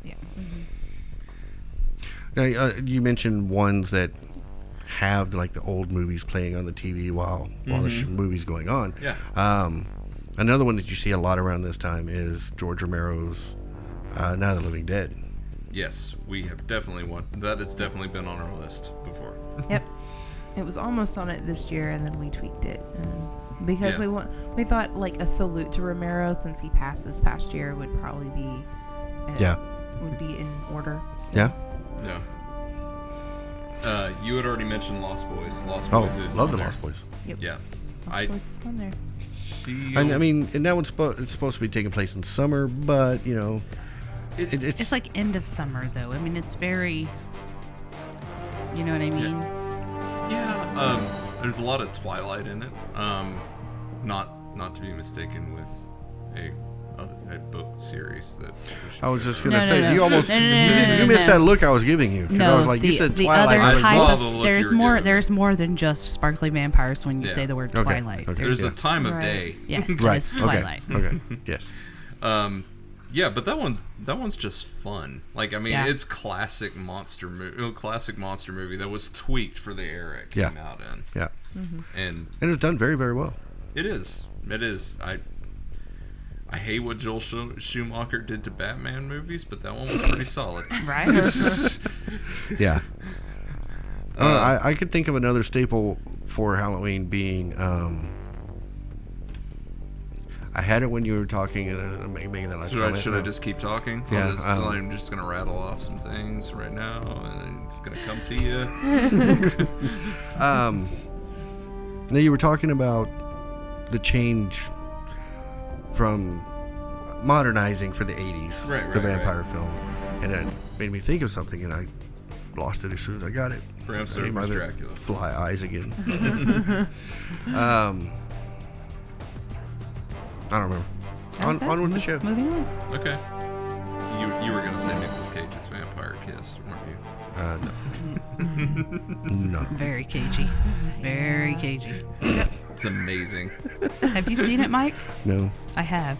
Speaker 3: Now, uh, you mentioned ones that have like the old movies playing on the TV while while the sh- movie's going on.
Speaker 6: Mm-hmm. yeah
Speaker 3: Um, another one that you see a lot around this time is George Romero's uh, Night of the Living Dead.
Speaker 6: yes we have definitely one that has definitely been on our list before
Speaker 7: Yep. It was almost on it this year, and then we tweaked it and because
Speaker 6: Yeah.
Speaker 7: we want. We thought like a salute to Romero since he passed this past year would probably be. uh,
Speaker 3: Yeah.
Speaker 7: Would be in order. So.
Speaker 3: Yeah.
Speaker 6: Yeah. Uh, you had already mentioned Lost Boys. Lost
Speaker 3: Oh,
Speaker 6: Boys is
Speaker 3: love
Speaker 6: on
Speaker 3: the
Speaker 6: there.
Speaker 3: Lost Boys.
Speaker 6: Yeah. I,
Speaker 7: What's on there?
Speaker 6: she,
Speaker 3: And I mean, and that one's spo- it's supposed to be taking place in summer, but you know,
Speaker 6: it's,
Speaker 3: it, it's,
Speaker 8: It's like end of summer though. I mean, it's very. You know what I mean?
Speaker 6: yeah. Um, there's a lot of Twilight in it. Um, not not to be mistaken with a a, a book series that. we should
Speaker 3: I was just
Speaker 6: go
Speaker 3: gonna
Speaker 8: No, no,
Speaker 3: say
Speaker 8: no.
Speaker 3: you almost
Speaker 8: No, no, no,
Speaker 3: you,
Speaker 8: no,
Speaker 3: didn't,
Speaker 8: no,
Speaker 3: you missed
Speaker 8: no.
Speaker 3: that look I was giving you because I was like you said Twilight. I was
Speaker 8: other
Speaker 3: like,
Speaker 6: type
Speaker 8: type
Speaker 6: saw
Speaker 8: of,
Speaker 6: the look
Speaker 8: there's
Speaker 6: you were
Speaker 8: more
Speaker 6: giving.
Speaker 8: there's more than just sparkly vampires when you
Speaker 6: Yeah.
Speaker 8: say the word
Speaker 3: Okay,
Speaker 8: twilight.
Speaker 3: okay.
Speaker 8: There-
Speaker 6: There's
Speaker 3: Yeah.
Speaker 6: a time of
Speaker 7: Right.
Speaker 6: day.
Speaker 8: Yes, it
Speaker 3: right,
Speaker 8: is twilight.
Speaker 3: okay, okay, yes,
Speaker 6: Um, yeah, but that one that one's just fun. Like I mean,
Speaker 8: Yeah.
Speaker 6: it's classic monster movie. Classic monster movie that was tweaked for the era it
Speaker 3: Yeah.
Speaker 6: came out in,
Speaker 3: yeah, and
Speaker 6: and
Speaker 3: it was done very very well.
Speaker 6: It is. It is. I I hate what Joel Schu- Schumacher did to Batman movies, but that one was pretty solid.
Speaker 7: Right?
Speaker 3: Yeah. Uh, I, I could think of another staple for Halloween being. Um, I had it when you were talking, and then I'm making that last
Speaker 6: So I,
Speaker 3: comment.
Speaker 6: should I
Speaker 3: No.
Speaker 6: just keep talking?
Speaker 3: Yeah,
Speaker 6: I'm just,
Speaker 3: um,
Speaker 6: I'm just gonna rattle off some things right now, and it's gonna come to you.
Speaker 3: Now you were talking about the change from modernizing for the 80s,
Speaker 6: Right,
Speaker 3: the
Speaker 6: right, right.
Speaker 3: vampire film, and it made me think of something, and I lost it as soon as I got it.
Speaker 6: Bram
Speaker 3: I need my
Speaker 6: Stoker's
Speaker 3: other
Speaker 6: Dracula.
Speaker 3: Fly eyes again. um, I don't remember. On, on with the show.
Speaker 8: Moving on.
Speaker 6: Okay. You you were gonna say Nicolas Cage's Vampire Kiss, weren't you?
Speaker 3: Uh, no. no.
Speaker 8: Very cagey. Very cagey.
Speaker 6: It's amazing.
Speaker 8: Have you seen it, Mike?
Speaker 3: No.
Speaker 8: I have.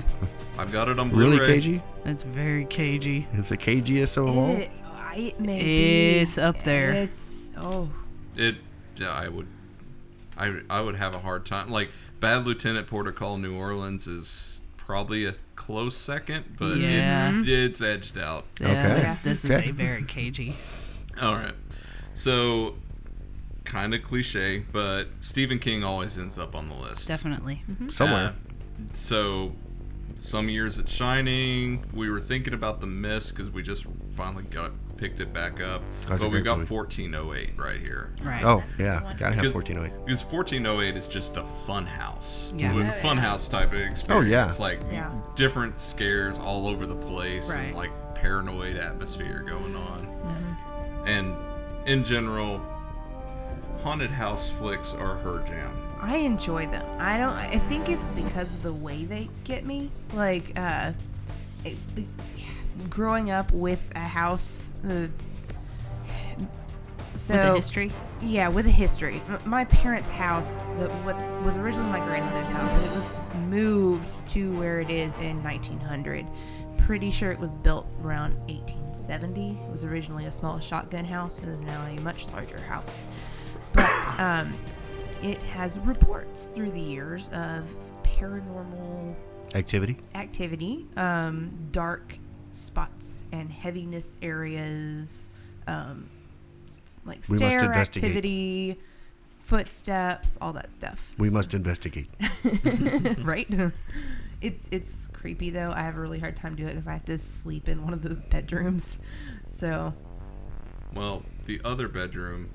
Speaker 6: I've got it on Blu-ray.
Speaker 3: Really cagey?
Speaker 8: It's very cagey.
Speaker 3: It's the cagiest of them all?
Speaker 7: It, I- it may be-
Speaker 8: It's up there.
Speaker 7: It's oh,
Speaker 6: It. yeah, I would. I I would have a hard time. Like Bad Lieutenant Porter Call New Orleans is probably a close second, but
Speaker 8: Yeah.
Speaker 6: it's it's edged out.
Speaker 3: Okay.
Speaker 8: Yeah, this, this
Speaker 3: Okay.
Speaker 8: is a very cagey.
Speaker 6: All right. So, kind of cliche, but Stephen King always ends up on the list.
Speaker 8: Definitely.
Speaker 7: Mm-hmm.
Speaker 3: Somewhere.
Speaker 6: Uh, so, some years at Shining, we were thinking about the Mist because we just finally got picked it back up.
Speaker 3: That's a
Speaker 6: but we
Speaker 3: great
Speaker 6: got
Speaker 3: movie.
Speaker 6: 1408 right here.
Speaker 8: Right.
Speaker 3: oh, yeah. Gotta have
Speaker 6: Because-
Speaker 3: 1408.
Speaker 6: Because 1408 is just a fun house.
Speaker 8: Yeah.
Speaker 6: With fun house type of experience.
Speaker 3: Oh,
Speaker 6: Like
Speaker 7: Yeah.
Speaker 6: different scares all over the place
Speaker 8: Right.
Speaker 6: and like paranoid atmosphere going on.
Speaker 8: Mm-hmm.
Speaker 6: And in general, haunted house flicks are her jam.
Speaker 7: I enjoy them. I don't. I think it's because of the way they get me. Like, uh, it, be- growing up with a house. Uh, so
Speaker 8: With a history.
Speaker 7: Yeah, with a history. M- My parents' house, the, what was originally my grandmother's house, but it was moved to where it is in 1900. Pretty sure it was built around 1870. It was originally a small shotgun house and is now a much larger house. But um, it has reports through the years of paranormal
Speaker 3: Activity?
Speaker 7: activity, um, dark spots and heaviness areas, um, s- like
Speaker 3: We must
Speaker 7: stair
Speaker 3: investigate.
Speaker 7: activity, footsteps, all that stuff.
Speaker 3: We must investigate. Mm-hmm.
Speaker 7: right? it's it's creepy though. I have a really hard time doing it because I have to sleep in one of those bedrooms. So
Speaker 6: Well, the other bedroom.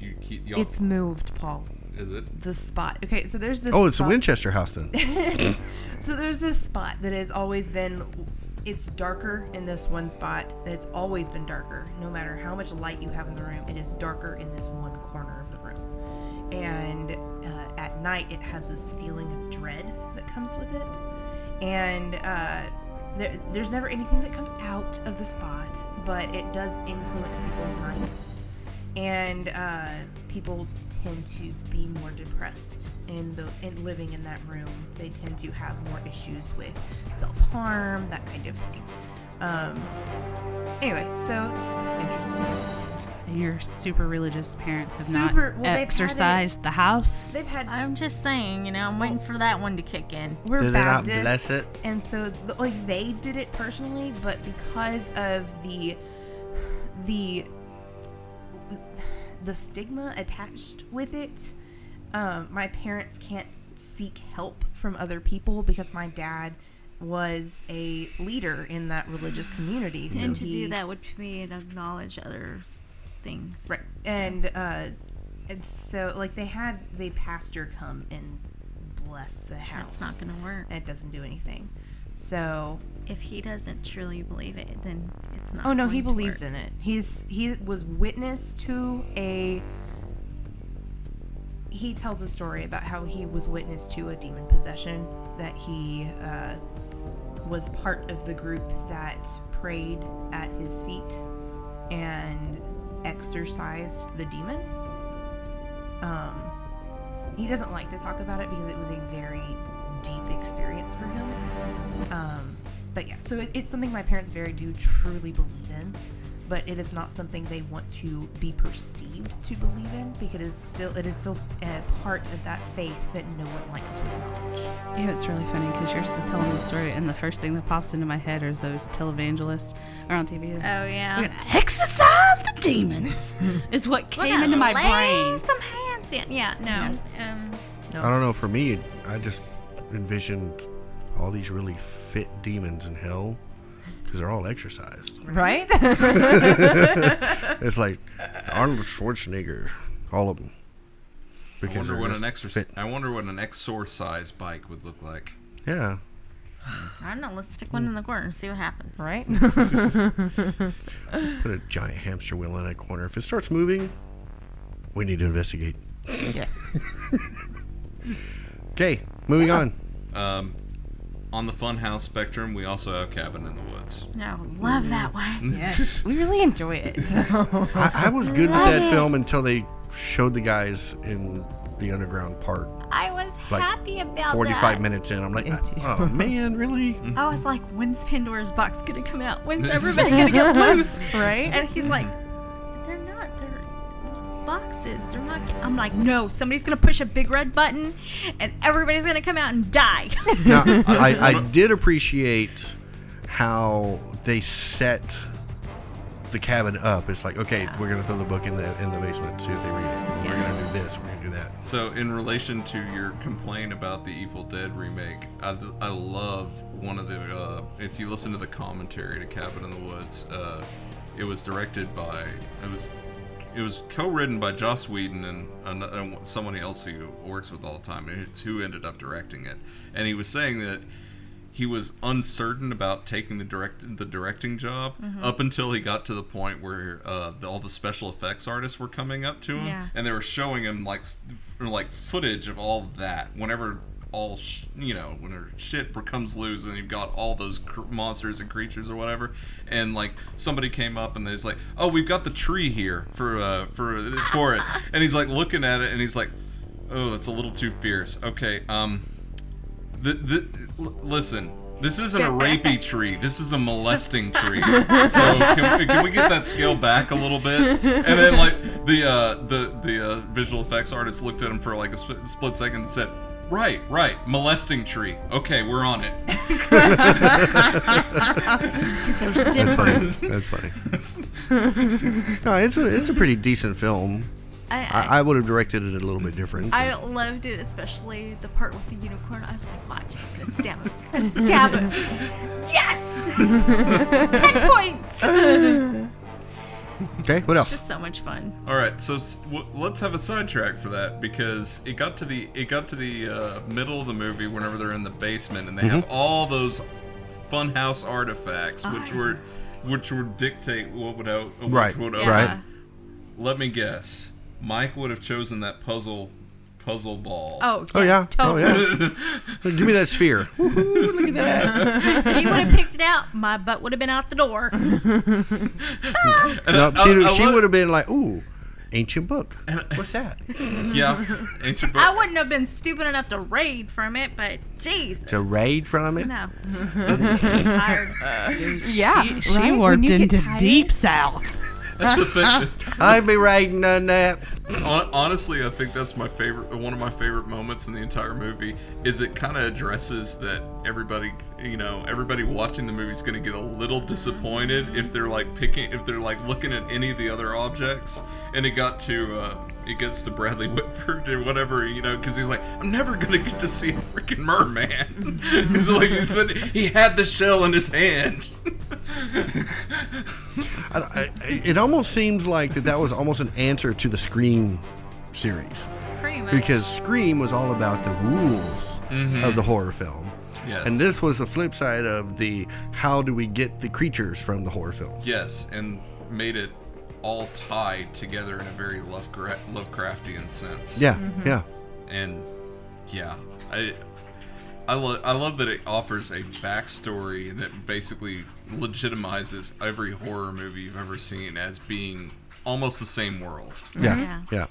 Speaker 6: You keep. Y'all,
Speaker 7: it's moved, Paul.
Speaker 6: is it?
Speaker 7: The spot. Okay, so there's this.
Speaker 3: Oh, it's the
Speaker 7: spot.
Speaker 3: Winchester house then.
Speaker 7: So there's this spot that has always been. It's darker in this one spot. It's always been darker. No matter how much light you have in the room, it is darker in this one corner of the room. And uh, at night, it has this feeling of dread that comes with it. And uh, there, there's never anything that comes out of the spot, but it does influence people's minds and uh, people tend to be more depressed in the in living in that room. They tend to have more issues with self harm, that kind of thing. Um, anyway, so it's interesting.
Speaker 8: And your super religious parents have
Speaker 7: Super-
Speaker 8: not
Speaker 7: well, they've had it-
Speaker 8: exercised the house.
Speaker 7: They've had
Speaker 4: I'm just saying, you know, I'm waiting for that one to kick in.
Speaker 7: we're
Speaker 3: Do they not
Speaker 7: Baptist,
Speaker 3: bless it?
Speaker 7: and so th- like they did it personally, but because of the the the stigma attached with it, um, my parents can't seek help from other people because my dad was a leader in that religious community. So
Speaker 5: And to do
Speaker 7: he-
Speaker 5: that would be to acknowledge other things.
Speaker 7: Right. And uh and so like they had the pastor come and bless the house.
Speaker 5: That's not going to work.
Speaker 7: it doesn't do anything. So
Speaker 5: If he doesn't truly believe it, then it's not.
Speaker 7: Oh no, he
Speaker 5: going to
Speaker 7: believes
Speaker 5: work.
Speaker 7: in it. He's he was witness to a. He tells a story about how he was witness to a demon possession that he uh, was part of the group that prayed at his feet and exorcised the demon. Um, he doesn't like to talk about it because it was a very deep experience for him. Um, but yeah, so it, it's something my parents very do truly believe in. but it is not something they want to be perceived to believe in because it is still it is still a part of that faith that no one likes to acknowledge.
Speaker 8: You know, it's really funny because you're still telling the story, and the first thing that pops into my head is those televangelists are on TV.
Speaker 5: Oh yeah.
Speaker 8: Exercise the demons is what
Speaker 5: We're
Speaker 8: came
Speaker 5: gonna
Speaker 8: into my
Speaker 5: lay
Speaker 8: brain.
Speaker 5: Some handstand. Yeah. No. Um.
Speaker 3: I don't know. For me, I just envisioned all these really fit demons in hell because they're all exercised.
Speaker 7: Right?
Speaker 3: It's like Arnold Schwarzenegger, all of them.
Speaker 6: I wonder
Speaker 3: they're
Speaker 6: what
Speaker 3: just
Speaker 6: an exor- I wonder what an exorcise bike would look like.
Speaker 3: Yeah.
Speaker 4: I don't know. Let's stick one in the corner and see what happens.
Speaker 7: right?
Speaker 3: Put a giant hamster wheel in that corner. If it starts moving, we need to investigate.
Speaker 7: yes.
Speaker 3: Okay, moving on.
Speaker 6: Um, on the funhouse spectrum, we also have Cabin in the Woods.
Speaker 4: Yeah, I would love that way.
Speaker 7: Yes. We really enjoy it. So.
Speaker 3: I, I was good with that film until they showed the guys in the underground part.
Speaker 5: I was
Speaker 3: Like,
Speaker 5: happy about
Speaker 3: 45
Speaker 5: that.
Speaker 3: minutes in, I'm like,
Speaker 7: Yes, yeah.
Speaker 3: oh man, really?
Speaker 5: I was like, when's Pandora's box gonna come out? When's everybody gonna get loose?
Speaker 7: Right?
Speaker 5: And he's like, they're not. They're little boxes. They're not. Get-. I'm like, no. Somebody's gonna push a big red button, and everybody's gonna come out and die.
Speaker 3: Now, I, I did appreciate how they set the cabin up. It's like, okay, we're gonna throw the book in the in the basement and see if they read it. We're gonna do this. We're gonna do that.
Speaker 6: So, in relation to your complaint about the Evil Dead remake, I, I love one of the. Uh, if you listen to the commentary to Cabin in the Woods, uh, it was directed by. It was. It was co-written by Joss Whedon and, ano- and somebody else who works with all the time. and It's who ended up directing it, and he was saying that he was uncertain about taking the direct the directing job up until he got to the point where uh, the, all the special effects artists were coming up to him
Speaker 4: Yeah.
Speaker 6: and they were showing him like s- like footage of all that whenever all sh- you know whenever shit comes loose and you've got all those cr- monsters and creatures or whatever and like somebody came up and they's like oh we've got the tree here for uh for for it and he's like looking at it and he's like oh that's a little too fierce okay um the, the, l- listen, this isn't a rapey tree. This is a molesting tree. So can we, can we get that scale back a little bit? And then like the uh, the the uh, visual effects artist looked at him for like a split, split second and said, "Right, right, molesting tree. Okay, we're on it."
Speaker 3: That's funny. That's funny. No, it's a it's a pretty decent film.
Speaker 5: I, I,
Speaker 3: I, I would have directed it a little bit different.
Speaker 5: I loved it, especially the part with the unicorn. I was like, watch, it's gonna stab him. It's gonna stab him. Yes! Ten points!
Speaker 3: okay, what else?
Speaker 5: Just so much fun.
Speaker 6: All right, so s- w- let's have a sidetrack for that because it got to the it got to the uh, middle of the movie whenever they're in the basement and they
Speaker 3: Mm-hmm.
Speaker 6: have all those funhouse artifacts
Speaker 5: Oh,
Speaker 6: which were which would dictate what would out which
Speaker 3: Right,
Speaker 6: would
Speaker 3: right.
Speaker 6: open. Let me guess, Mike would have chosen that puzzle puzzle ball.
Speaker 5: Oh,
Speaker 3: Oh yeah,
Speaker 5: yes,
Speaker 3: oh
Speaker 5: totally.
Speaker 3: yeah. Give me that sphere.
Speaker 5: If he would have picked it out, my butt would have been out the door.
Speaker 6: And
Speaker 3: No,
Speaker 6: I-
Speaker 3: she
Speaker 6: I- I
Speaker 3: she
Speaker 6: love-
Speaker 3: would have been like, ooh, ancient book. What's that?
Speaker 6: yeah. Ancient book.
Speaker 5: I wouldn't have been stupid enough to raid from it, but jeez.
Speaker 3: To raid from it.
Speaker 5: No. I'm tired.
Speaker 7: Yeah.
Speaker 8: She,
Speaker 7: right? When
Speaker 8: warped
Speaker 7: you get
Speaker 8: into
Speaker 7: tired-
Speaker 8: deep south.
Speaker 6: That's the thing.
Speaker 3: I'd be raiding on that.
Speaker 6: Hon- honestly, I think that's my favorite. One of my favorite moments in the entire movie is it kind of addresses that everybody, you know, everybody watching the movie is going to get a little disappointed if they're like picking, if they're like looking at any of the other objects. And it got to, uh, it gets to Bradley Whitford or whatever, you know, because he's like, I'm never going to get to see a freaking merman. he's like, he said he had the shell in his hand.
Speaker 3: I, I, it almost seems like that that was almost an answer to the Scream series
Speaker 5: Pretty much.
Speaker 3: because Scream was all about the rules of the horror film.
Speaker 6: Yes.
Speaker 3: And this was the flip side of the how do we get the creatures from the horror films?
Speaker 6: Yes, and made it all tied together in a very Lovecra- Lovecraftian sense.
Speaker 3: Yeah, yeah.
Speaker 6: And yeah, I I, lo- I love that it offers a backstory that basically legitimizes every horror movie you've ever seen as being almost the same world.
Speaker 3: Yeah. Yeah.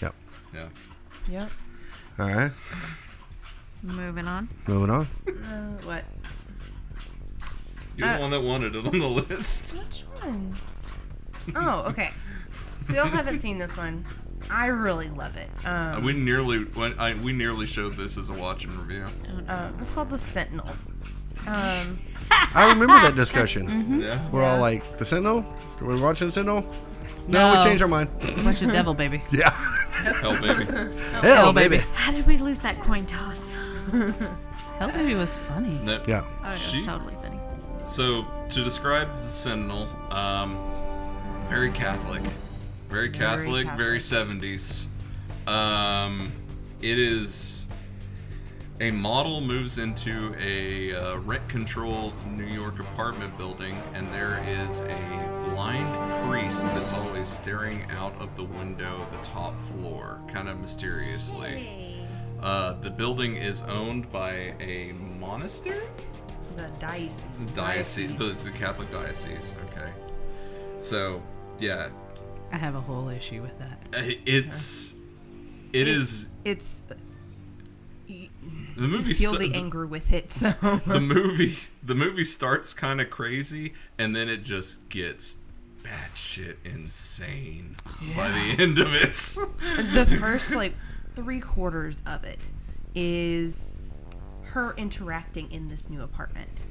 Speaker 3: Yep.
Speaker 6: Yeah.
Speaker 7: Yep.
Speaker 3: All right.
Speaker 4: Moving on.
Speaker 3: Moving on.
Speaker 7: What?
Speaker 6: You're the one that wanted it on the list.
Speaker 7: Which one? Oh, okay. So y'all haven't seen this one. I really love it. Um,
Speaker 6: We nearly went, I, we nearly showed this as a watch and review.
Speaker 7: um, it's called The Sentinel. Um,
Speaker 3: I remember that discussion.
Speaker 6: Yeah.
Speaker 3: We're all like, the Sentinel? Are we watching the Sentinel? No,
Speaker 8: No.
Speaker 3: we changed our mind.
Speaker 8: Bunch of devil baby.
Speaker 3: yeah.
Speaker 6: Hell, baby.
Speaker 3: Hell, baby.
Speaker 5: How did we lose that coin toss?
Speaker 8: Hell baby was funny.
Speaker 6: No,
Speaker 3: Yeah.
Speaker 4: Oh, that's
Speaker 6: She-
Speaker 4: totally funny.
Speaker 6: So to describe the Sentinel, um, very Catholic, very Catholic, very seventies. Um, it is a model moves into a uh, rent-controlled New York apartment building, and there is a blind priest that's always staring out of the window, the top floor, kind of mysteriously. Uh, the building is owned by a monastery
Speaker 7: the dice.
Speaker 6: diocese, the, the Catholic diocese. Okay, so yeah,
Speaker 8: I have a whole issue with that.
Speaker 6: uh, it's it is
Speaker 7: It's
Speaker 6: the movie.
Speaker 7: feel
Speaker 6: sta-
Speaker 7: the
Speaker 6: the-
Speaker 7: anger with it. So
Speaker 6: the movie the movie starts kind of crazy and then it just gets batshit insane by the end of it.
Speaker 7: the first like three quarters of it is her interacting in this new apartment.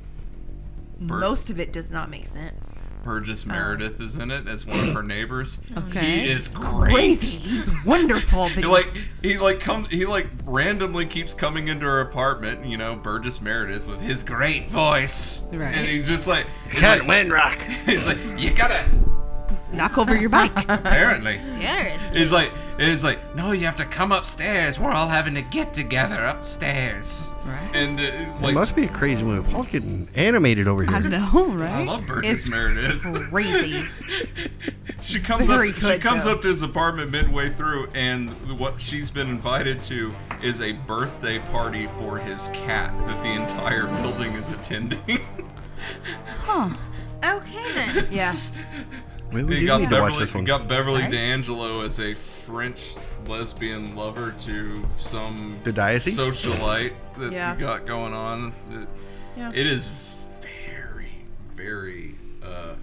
Speaker 6: Bert.
Speaker 7: Most of it does not make sense.
Speaker 6: Burgess Meredith is in it as one of her neighbors.
Speaker 8: Okay.
Speaker 6: he is great.
Speaker 7: Crazy. He's wonderful. But
Speaker 6: He like he like comes he like randomly keeps coming into her apartment, you know, Burgess Meredith with his great voice.
Speaker 8: Right.
Speaker 6: And he's just like he's
Speaker 3: Cut
Speaker 6: like-
Speaker 3: Windrock.
Speaker 6: He's like, you gotta.
Speaker 8: Knock over your bike.
Speaker 6: Apparently,
Speaker 4: Yes.
Speaker 6: he's like, he's like, no, you have to come upstairs. We're all having a get together upstairs.
Speaker 8: Right.
Speaker 6: And uh,
Speaker 3: it
Speaker 6: like,
Speaker 3: must be a crazy movie. Paul's getting animated over here.
Speaker 8: I know,
Speaker 6: I
Speaker 8: right?
Speaker 6: love Burgess
Speaker 7: It's-
Speaker 6: Meredith.
Speaker 7: crazy.
Speaker 6: She comes up.
Speaker 7: very
Speaker 6: She
Speaker 7: good,
Speaker 6: comes
Speaker 7: though.
Speaker 6: up to his apartment midway through, and what she's been invited to is a birthday party for his cat that the entire building is attending.
Speaker 5: Okay then.
Speaker 7: Yeah.
Speaker 3: Maybe we
Speaker 6: They
Speaker 3: do
Speaker 6: got
Speaker 3: need to watch
Speaker 6: Beverly,
Speaker 3: this one.
Speaker 6: got Beverly
Speaker 8: Right.
Speaker 6: D'Angelo as a French lesbian lover to some
Speaker 3: The diocese?
Speaker 6: socialite that
Speaker 7: Yeah.
Speaker 6: you got going on. It-
Speaker 7: Yeah.
Speaker 6: It is very, very uh,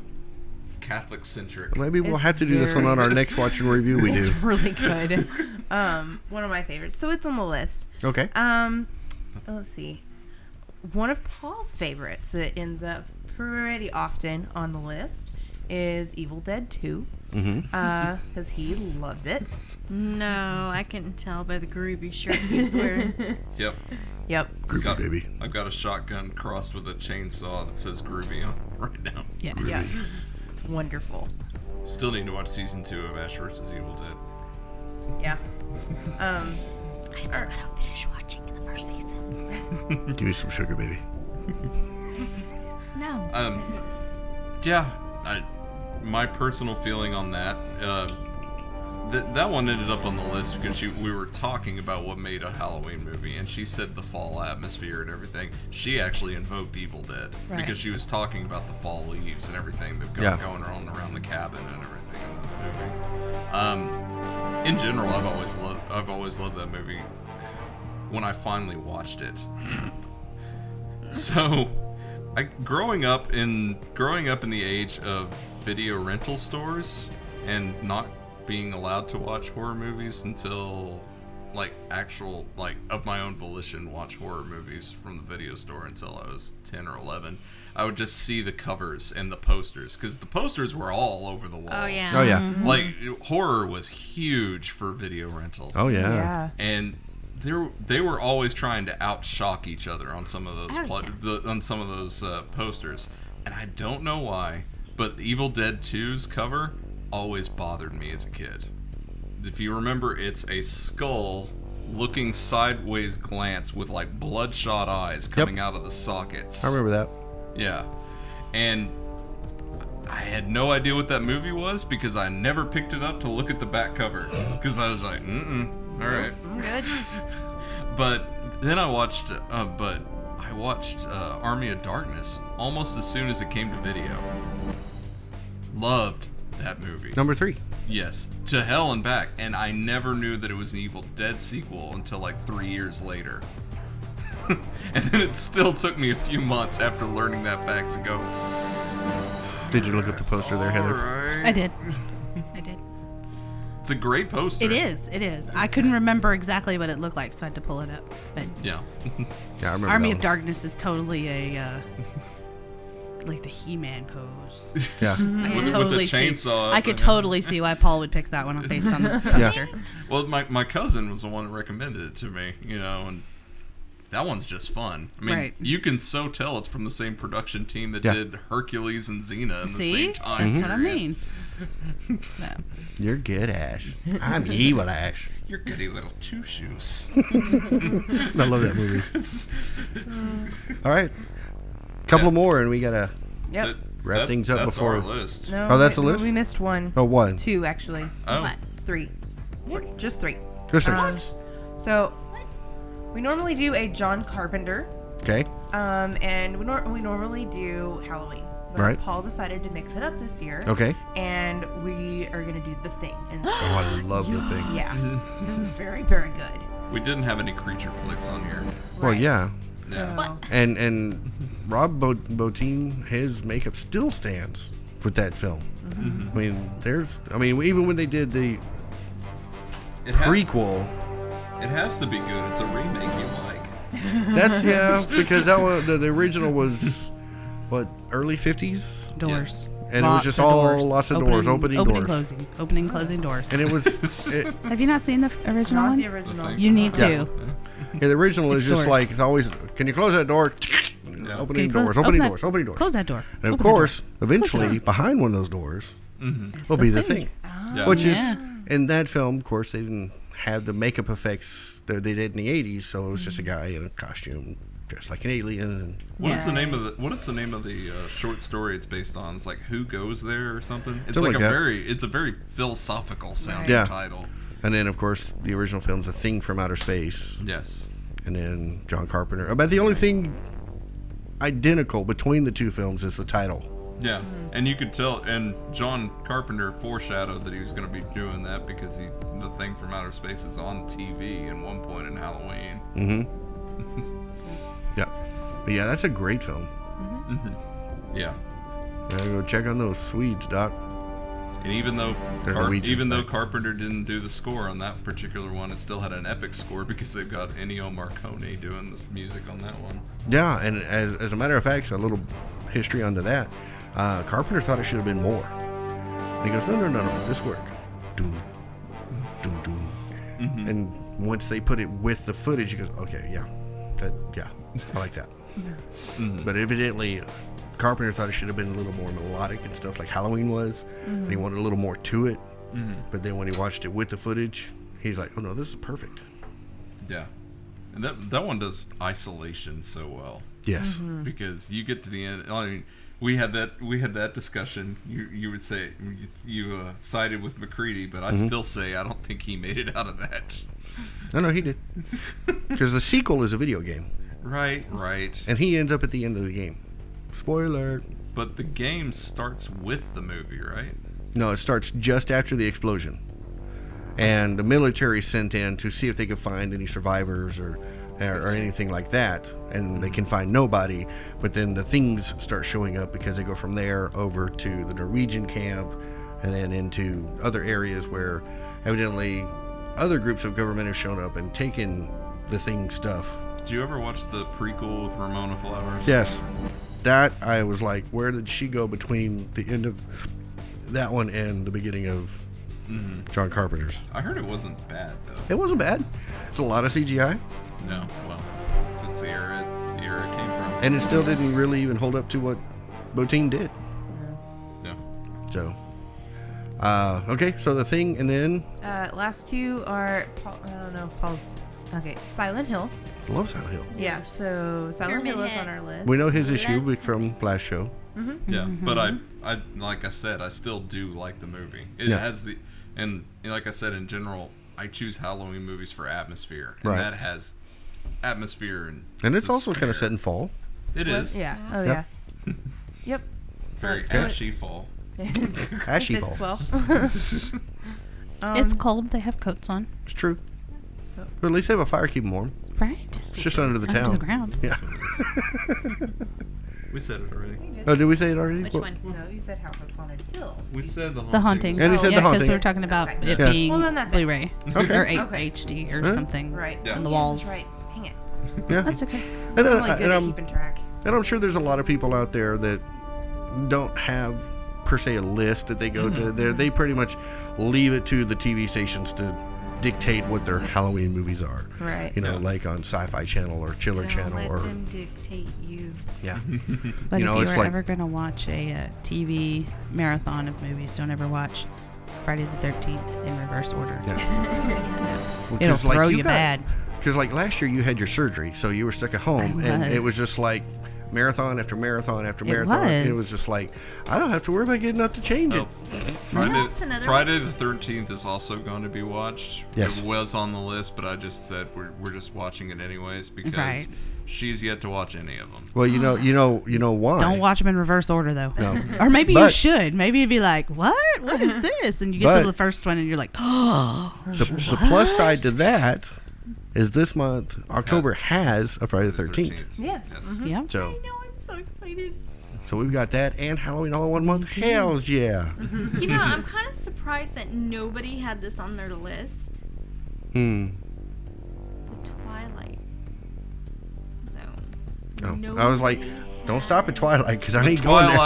Speaker 6: Catholic centric.
Speaker 3: Maybe we'll
Speaker 7: It's
Speaker 3: have to do this one on our next watch and review we do.
Speaker 7: It's really good. Um, one of my favorites. So it's on the list.
Speaker 3: Okay.
Speaker 7: Um, let's see. One of Paul's favorites that ends up pretty often on the list is Evil Dead 2. Because he loves it.
Speaker 4: No, I can tell by the groovy shirt he's wearing.
Speaker 6: Yep.
Speaker 7: Yep.
Speaker 3: Groovy
Speaker 6: Got-
Speaker 3: baby.
Speaker 6: I've got a shotgun crossed with a chainsaw that says groovy on it right now.
Speaker 8: Yes.
Speaker 7: Yes. It's wonderful.
Speaker 6: Still need to watch season two of Ash vs. Evil Dead.
Speaker 7: Yeah. Um,
Speaker 5: I still gotta finish watching the first season.
Speaker 3: Give me some sugar, baby.
Speaker 5: No.
Speaker 6: Um, yeah, I, my personal feeling on that, uh, th- that one ended up on the list because she, we were talking about what made a Halloween movie, and she said the fall atmosphere and everything. She actually invoked Evil Dead
Speaker 7: Right.
Speaker 6: because she was talking about the fall leaves and everything that got
Speaker 3: Yeah.
Speaker 6: going on around the cabin and everything in the movie. Um, in general, I've always loved, I've always loved that movie. When I finally watched it, so, I growing up in growing up in the age of video rental stores and not being allowed to watch horror movies until like actual like of my own volition watch horror movies from the video store until I was 10 or 11. I would just see the covers and the posters cuz the posters were all over the walls.
Speaker 4: Oh, yeah.
Speaker 3: Oh, yeah.
Speaker 6: Like horror was huge for video rental
Speaker 3: Oh, yeah.
Speaker 7: yeah.
Speaker 6: and they were, they were always trying to outshock each other on some of those
Speaker 4: Oh,
Speaker 6: pla-
Speaker 4: yes.
Speaker 6: the, on some of those uh, posters, and I don't know why, but Evil Dead 2's cover always bothered me as a kid. If you remember, it's a skull looking sideways glance with like bloodshot eyes coming out of the sockets.
Speaker 3: I remember that.
Speaker 6: Yeah. And I had no idea what that movie was because I never picked it up to look at the back cover because I was like, mm-mm, all right.
Speaker 4: Good.
Speaker 6: But then I watched, uh, but I watched uh, Army of Darkness almost as soon as it came to video. Loved that movie.
Speaker 3: Number three.
Speaker 6: Yes, to hell and back, and I never knew that it was an Evil Dead sequel until like three years later. and then it still took me a few months after learning that fact to go.
Speaker 3: Did you look up the poster there, Heather?
Speaker 6: Alright.
Speaker 8: I did. I did.
Speaker 6: It's a great poster.
Speaker 8: It is. It is. I couldn't remember exactly what it looked like, so I had to pull it up. But
Speaker 6: Yeah.
Speaker 3: Yeah, I remember.
Speaker 8: Army
Speaker 3: that
Speaker 8: of Darkness is totally a uh, like the He-Man pose.
Speaker 3: one.
Speaker 8: I
Speaker 6: With-
Speaker 8: could
Speaker 6: with the
Speaker 8: totally see.
Speaker 6: chainsaw
Speaker 8: I
Speaker 6: up
Speaker 8: could
Speaker 6: and then-
Speaker 8: totally see why Paul would pick that one up based on the poster.
Speaker 6: Well, my, my cousin was the one that recommended it to me, you know, and that one's just fun. I mean,
Speaker 8: Right.
Speaker 6: you can so tell it's from the same production team that
Speaker 3: Yeah.
Speaker 6: did Hercules and Xena in the
Speaker 8: See,
Speaker 6: same
Speaker 8: that's
Speaker 6: time.
Speaker 8: what I
Speaker 6: period.
Speaker 8: mean. No.
Speaker 3: Yeah. You're good, Ash. I'm evil, Ash.
Speaker 6: You're goody little two shoes.
Speaker 3: I love that movie. All right. Couple more, and we got to.
Speaker 7: Yep.
Speaker 6: That-
Speaker 3: Wrap
Speaker 6: that-
Speaker 3: things up
Speaker 6: that's
Speaker 3: before-
Speaker 6: our list.
Speaker 7: No,
Speaker 3: Oh, that's
Speaker 7: we,
Speaker 3: the list?
Speaker 7: We missed one.
Speaker 3: Oh, one.
Speaker 7: Two, actually.
Speaker 6: Oh,
Speaker 7: Three. Four. Just three.
Speaker 3: Just
Speaker 7: Um,
Speaker 3: like,
Speaker 7: So, we normally do a John Carpenter,
Speaker 3: okay.
Speaker 7: um, and we, nor- we normally do Halloween. But
Speaker 3: Right.
Speaker 7: Paul decided to mix it up this year.
Speaker 3: Okay.
Speaker 7: And we are going to do The Thing instead.
Speaker 3: Oh, I love the thing.
Speaker 7: yeah. This is very, very good.
Speaker 6: we didn't have any creature flicks on here.
Speaker 3: Well,
Speaker 7: Right.
Speaker 3: yeah.
Speaker 6: Yeah.
Speaker 7: So,
Speaker 3: And and Rob Bo- Bottin, his makeup still stands with that film. I mean, there's. I mean, even when they did the
Speaker 6: It, ha-
Speaker 3: prequel,
Speaker 6: it has to be good. It's a remake you like.
Speaker 3: that's yeah, because that one the, the original was what early fifties,
Speaker 8: Doors.
Speaker 3: And it was
Speaker 8: Lots
Speaker 3: just
Speaker 8: of
Speaker 3: all
Speaker 8: doors.
Speaker 3: lots of doors, opening
Speaker 8: opening
Speaker 3: doors.
Speaker 8: closing, opening, closing doors.
Speaker 3: and it was it,
Speaker 8: Have you not seen the f- original
Speaker 7: not
Speaker 8: one?
Speaker 7: the original.
Speaker 6: thing.
Speaker 8: You need
Speaker 3: Yeah.
Speaker 8: to.
Speaker 3: yeah, the original is
Speaker 8: It's
Speaker 3: just
Speaker 8: doors.
Speaker 3: like it's always. Can you close that door?
Speaker 8: Can
Speaker 3: Opening
Speaker 8: you close-
Speaker 3: doors, opening
Speaker 8: open
Speaker 3: doors,
Speaker 8: that-
Speaker 3: opening doors.
Speaker 8: Close that door.
Speaker 3: And of
Speaker 8: Open that door.
Speaker 3: course, eventually,
Speaker 8: door.
Speaker 3: behind one of those doors
Speaker 8: It's
Speaker 3: will be the thing.
Speaker 6: Yeah.
Speaker 3: Which
Speaker 8: Yeah.
Speaker 3: is, in that film, of course, they didn't have the makeup effects that they did in the 80s, so it was just a guy in a costume dressed like an alien. And
Speaker 6: What is
Speaker 8: Yeah.
Speaker 6: the name of the What is the name of the uh, short story it's based on? It's like Who Goes There or something. It's
Speaker 3: Something
Speaker 6: like a
Speaker 3: like that.
Speaker 6: very It's a very philosophical sounding
Speaker 3: Yeah.
Speaker 6: title.
Speaker 3: and then, of course, the original film's A Thing from Outer Space,
Speaker 6: Yes.
Speaker 3: and then John Carpenter. About the only thing identical between the two films is the title.
Speaker 6: Yeah, and you could tell, and John Carpenter foreshadowed that he was going to be doing that because he, the thing from outer space is on TV at one point in Halloween.
Speaker 3: Yeah. But yeah, that's a great film.
Speaker 6: Yeah,
Speaker 3: Gotta go check on those Swedes, Doc.
Speaker 6: and even though
Speaker 3: They're
Speaker 6: Car-
Speaker 3: Norwegians,
Speaker 6: even though
Speaker 3: though.
Speaker 6: Carpenter didn't do the score on that particular one, it still had an epic score because they've got Ennio Marcone doing this music on that one.
Speaker 3: Yeah, and as, as a matter of fact, so a little history onto that. Uh, Carpenter thought it should have been more. And he goes, no, no, no, no, this worked. Doom, doom, doom. And once they put it with the footage, he goes, okay, yeah, that, yeah, I like that. But evidently, Carpenter thought it should have been a little more melodic and stuff like Halloween was. And he wanted a little more to it. But then when he watched it with the footage, he's like, oh no, this is perfect.
Speaker 6: Yeah, and that that one does isolation so well.
Speaker 3: Yes.
Speaker 6: Mm-hmm. because you get to the end. I mean, we had that we had that discussion. You you would say you, you uh, sided with McCready, but I still say I don't think he made it out of that.
Speaker 3: No, no, he did. Because the sequel is a video game.
Speaker 6: Right, right.
Speaker 3: and he ends up at the end of the game. Spoiler.
Speaker 6: But the game starts with the movie, right?
Speaker 3: No, it starts just after the explosion, and the military sent in to see if they could find any survivors or or, or anything like that, and they can find nobody. But then the things start showing up because they go from there over to the Norwegian camp, and then into other areas where evidently other groups of government have shown up and taken the thing stuff
Speaker 6: Did you ever watch the prequel with Ramona Flowers?
Speaker 3: Yes. That I was like, where did she go between the end of that one and the beginning of John Carpenter's?
Speaker 6: I heard it wasn't bad though.
Speaker 3: Mm-hmm. It wasn't bad. It's a lot of CGI,
Speaker 6: No, well, that's the era the era it came from.
Speaker 3: and it still didn't really even hold up to what Botine did.
Speaker 6: Yeah.
Speaker 3: So, uh, okay, so the thing, and then
Speaker 7: uh, last two are, Paul, I don't know if Paul's, okay, Silent Hill.
Speaker 3: Love Silent Hill.
Speaker 7: Yeah,
Speaker 4: Yes.
Speaker 7: so Silent
Speaker 4: Pyramid
Speaker 7: Hill is
Speaker 4: Head.
Speaker 7: on our list.
Speaker 3: We know his issue be- from last show.
Speaker 6: Yeah,
Speaker 7: Mm-hmm.
Speaker 6: but I, I like I said, I still do like the movie. It
Speaker 3: Yeah.
Speaker 6: has the, and, and like I said in general, I choose Halloween movies for atmosphere, and
Speaker 3: Right.
Speaker 6: that has atmosphere and
Speaker 3: And it's also
Speaker 6: despair.
Speaker 3: kind of set in fall.
Speaker 6: It is
Speaker 7: Yeah. Oh,
Speaker 3: Yep.
Speaker 7: yeah. Yep.
Speaker 6: very
Speaker 7: So it-
Speaker 6: ashy fall.
Speaker 3: Ashy
Speaker 7: Fits
Speaker 3: fall.
Speaker 7: well.
Speaker 8: It's cold. They have coats on.
Speaker 3: It's true. But at least they have a fire, keep them warm.
Speaker 8: Right.
Speaker 3: It's just under the
Speaker 8: Under
Speaker 3: town.
Speaker 8: the ground.
Speaker 3: Yeah.
Speaker 6: We said it already.
Speaker 3: Oh, did we say it already?
Speaker 4: Which
Speaker 3: Well,
Speaker 4: one?
Speaker 7: No, you said House of Haunted Hill.
Speaker 6: We said the haunting.
Speaker 8: The haunting. Oh,
Speaker 3: And he said
Speaker 8: yeah,
Speaker 3: the haunting.
Speaker 8: we were talking about it
Speaker 3: Yeah.
Speaker 8: being
Speaker 7: Well, then that's it.
Speaker 8: Blu-ray
Speaker 3: Okay.
Speaker 8: or eight-
Speaker 7: Okay.
Speaker 8: HD or
Speaker 3: Huh?
Speaker 8: something.
Speaker 7: Right.
Speaker 6: Yeah.
Speaker 7: Oh,
Speaker 8: On the
Speaker 7: yeah,
Speaker 8: walls.
Speaker 7: That's right. Hang it.
Speaker 3: Yeah.
Speaker 8: That's okay.
Speaker 3: and,
Speaker 7: I'm
Speaker 3: uh,
Speaker 7: only good
Speaker 3: and
Speaker 7: at
Speaker 3: I'm
Speaker 7: keeping track.
Speaker 3: and I'm sure there's a lot of people out there that don't have per se a list that they go to.
Speaker 8: Mm-hmm.
Speaker 3: They're, they pretty much leave it to the TV stations to dictate what their Halloween movies are.
Speaker 7: Right.
Speaker 3: You know, like on Sci-Fi Channel or Chiller
Speaker 5: Don't
Speaker 3: Channel
Speaker 5: let
Speaker 3: or
Speaker 5: them dictate you.
Speaker 3: yeah.
Speaker 8: But
Speaker 3: You know,
Speaker 8: if
Speaker 3: it's
Speaker 8: you were
Speaker 3: like-
Speaker 8: ever gonna watch a uh, TV marathon of movies, don't ever watch Friday the Thirteenth in reverse order.
Speaker 3: Yeah. Well,
Speaker 8: It'll
Speaker 3: 'cause, like,
Speaker 8: throw
Speaker 3: you
Speaker 8: you
Speaker 3: got-
Speaker 8: bad.
Speaker 3: Because like last year, you had your surgery, so you were stuck at home,
Speaker 8: I
Speaker 3: and it
Speaker 8: was.
Speaker 3: was just like marathon after marathon after
Speaker 8: It
Speaker 3: marathon. It
Speaker 8: was.
Speaker 3: was just like I don't have to worry about getting up to change it.
Speaker 6: Oh, Friday,
Speaker 4: that's another
Speaker 6: Friday the Thirteenth is also going to be watched.
Speaker 3: Yes.
Speaker 6: it was on the list, but I just said we're, we're just watching it anyways because
Speaker 8: Right.
Speaker 6: she's yet to watch any of them.
Speaker 3: Well, you know, you know, you know why?
Speaker 8: Don't watch them in reverse order though.
Speaker 3: No.
Speaker 8: Or maybe you
Speaker 3: But-
Speaker 8: should. Maybe you'd be like, "What? What is this?" And you get
Speaker 3: But-
Speaker 8: to the first one and you're like, "Oh,
Speaker 3: The, the plus side to that is this month October has a Friday the Thirteenth.
Speaker 7: Yes.
Speaker 8: yeah."
Speaker 3: So,
Speaker 5: No, I'm so excited.
Speaker 3: so we've got that and Halloween all in one month. Hell's yeah!
Speaker 5: You know, I'm kind of surprised that nobody had this on their list.
Speaker 3: Hmm.
Speaker 5: The Twilight Zone.
Speaker 3: Oh, I was like, don't stop at Twilight because I ain't going there.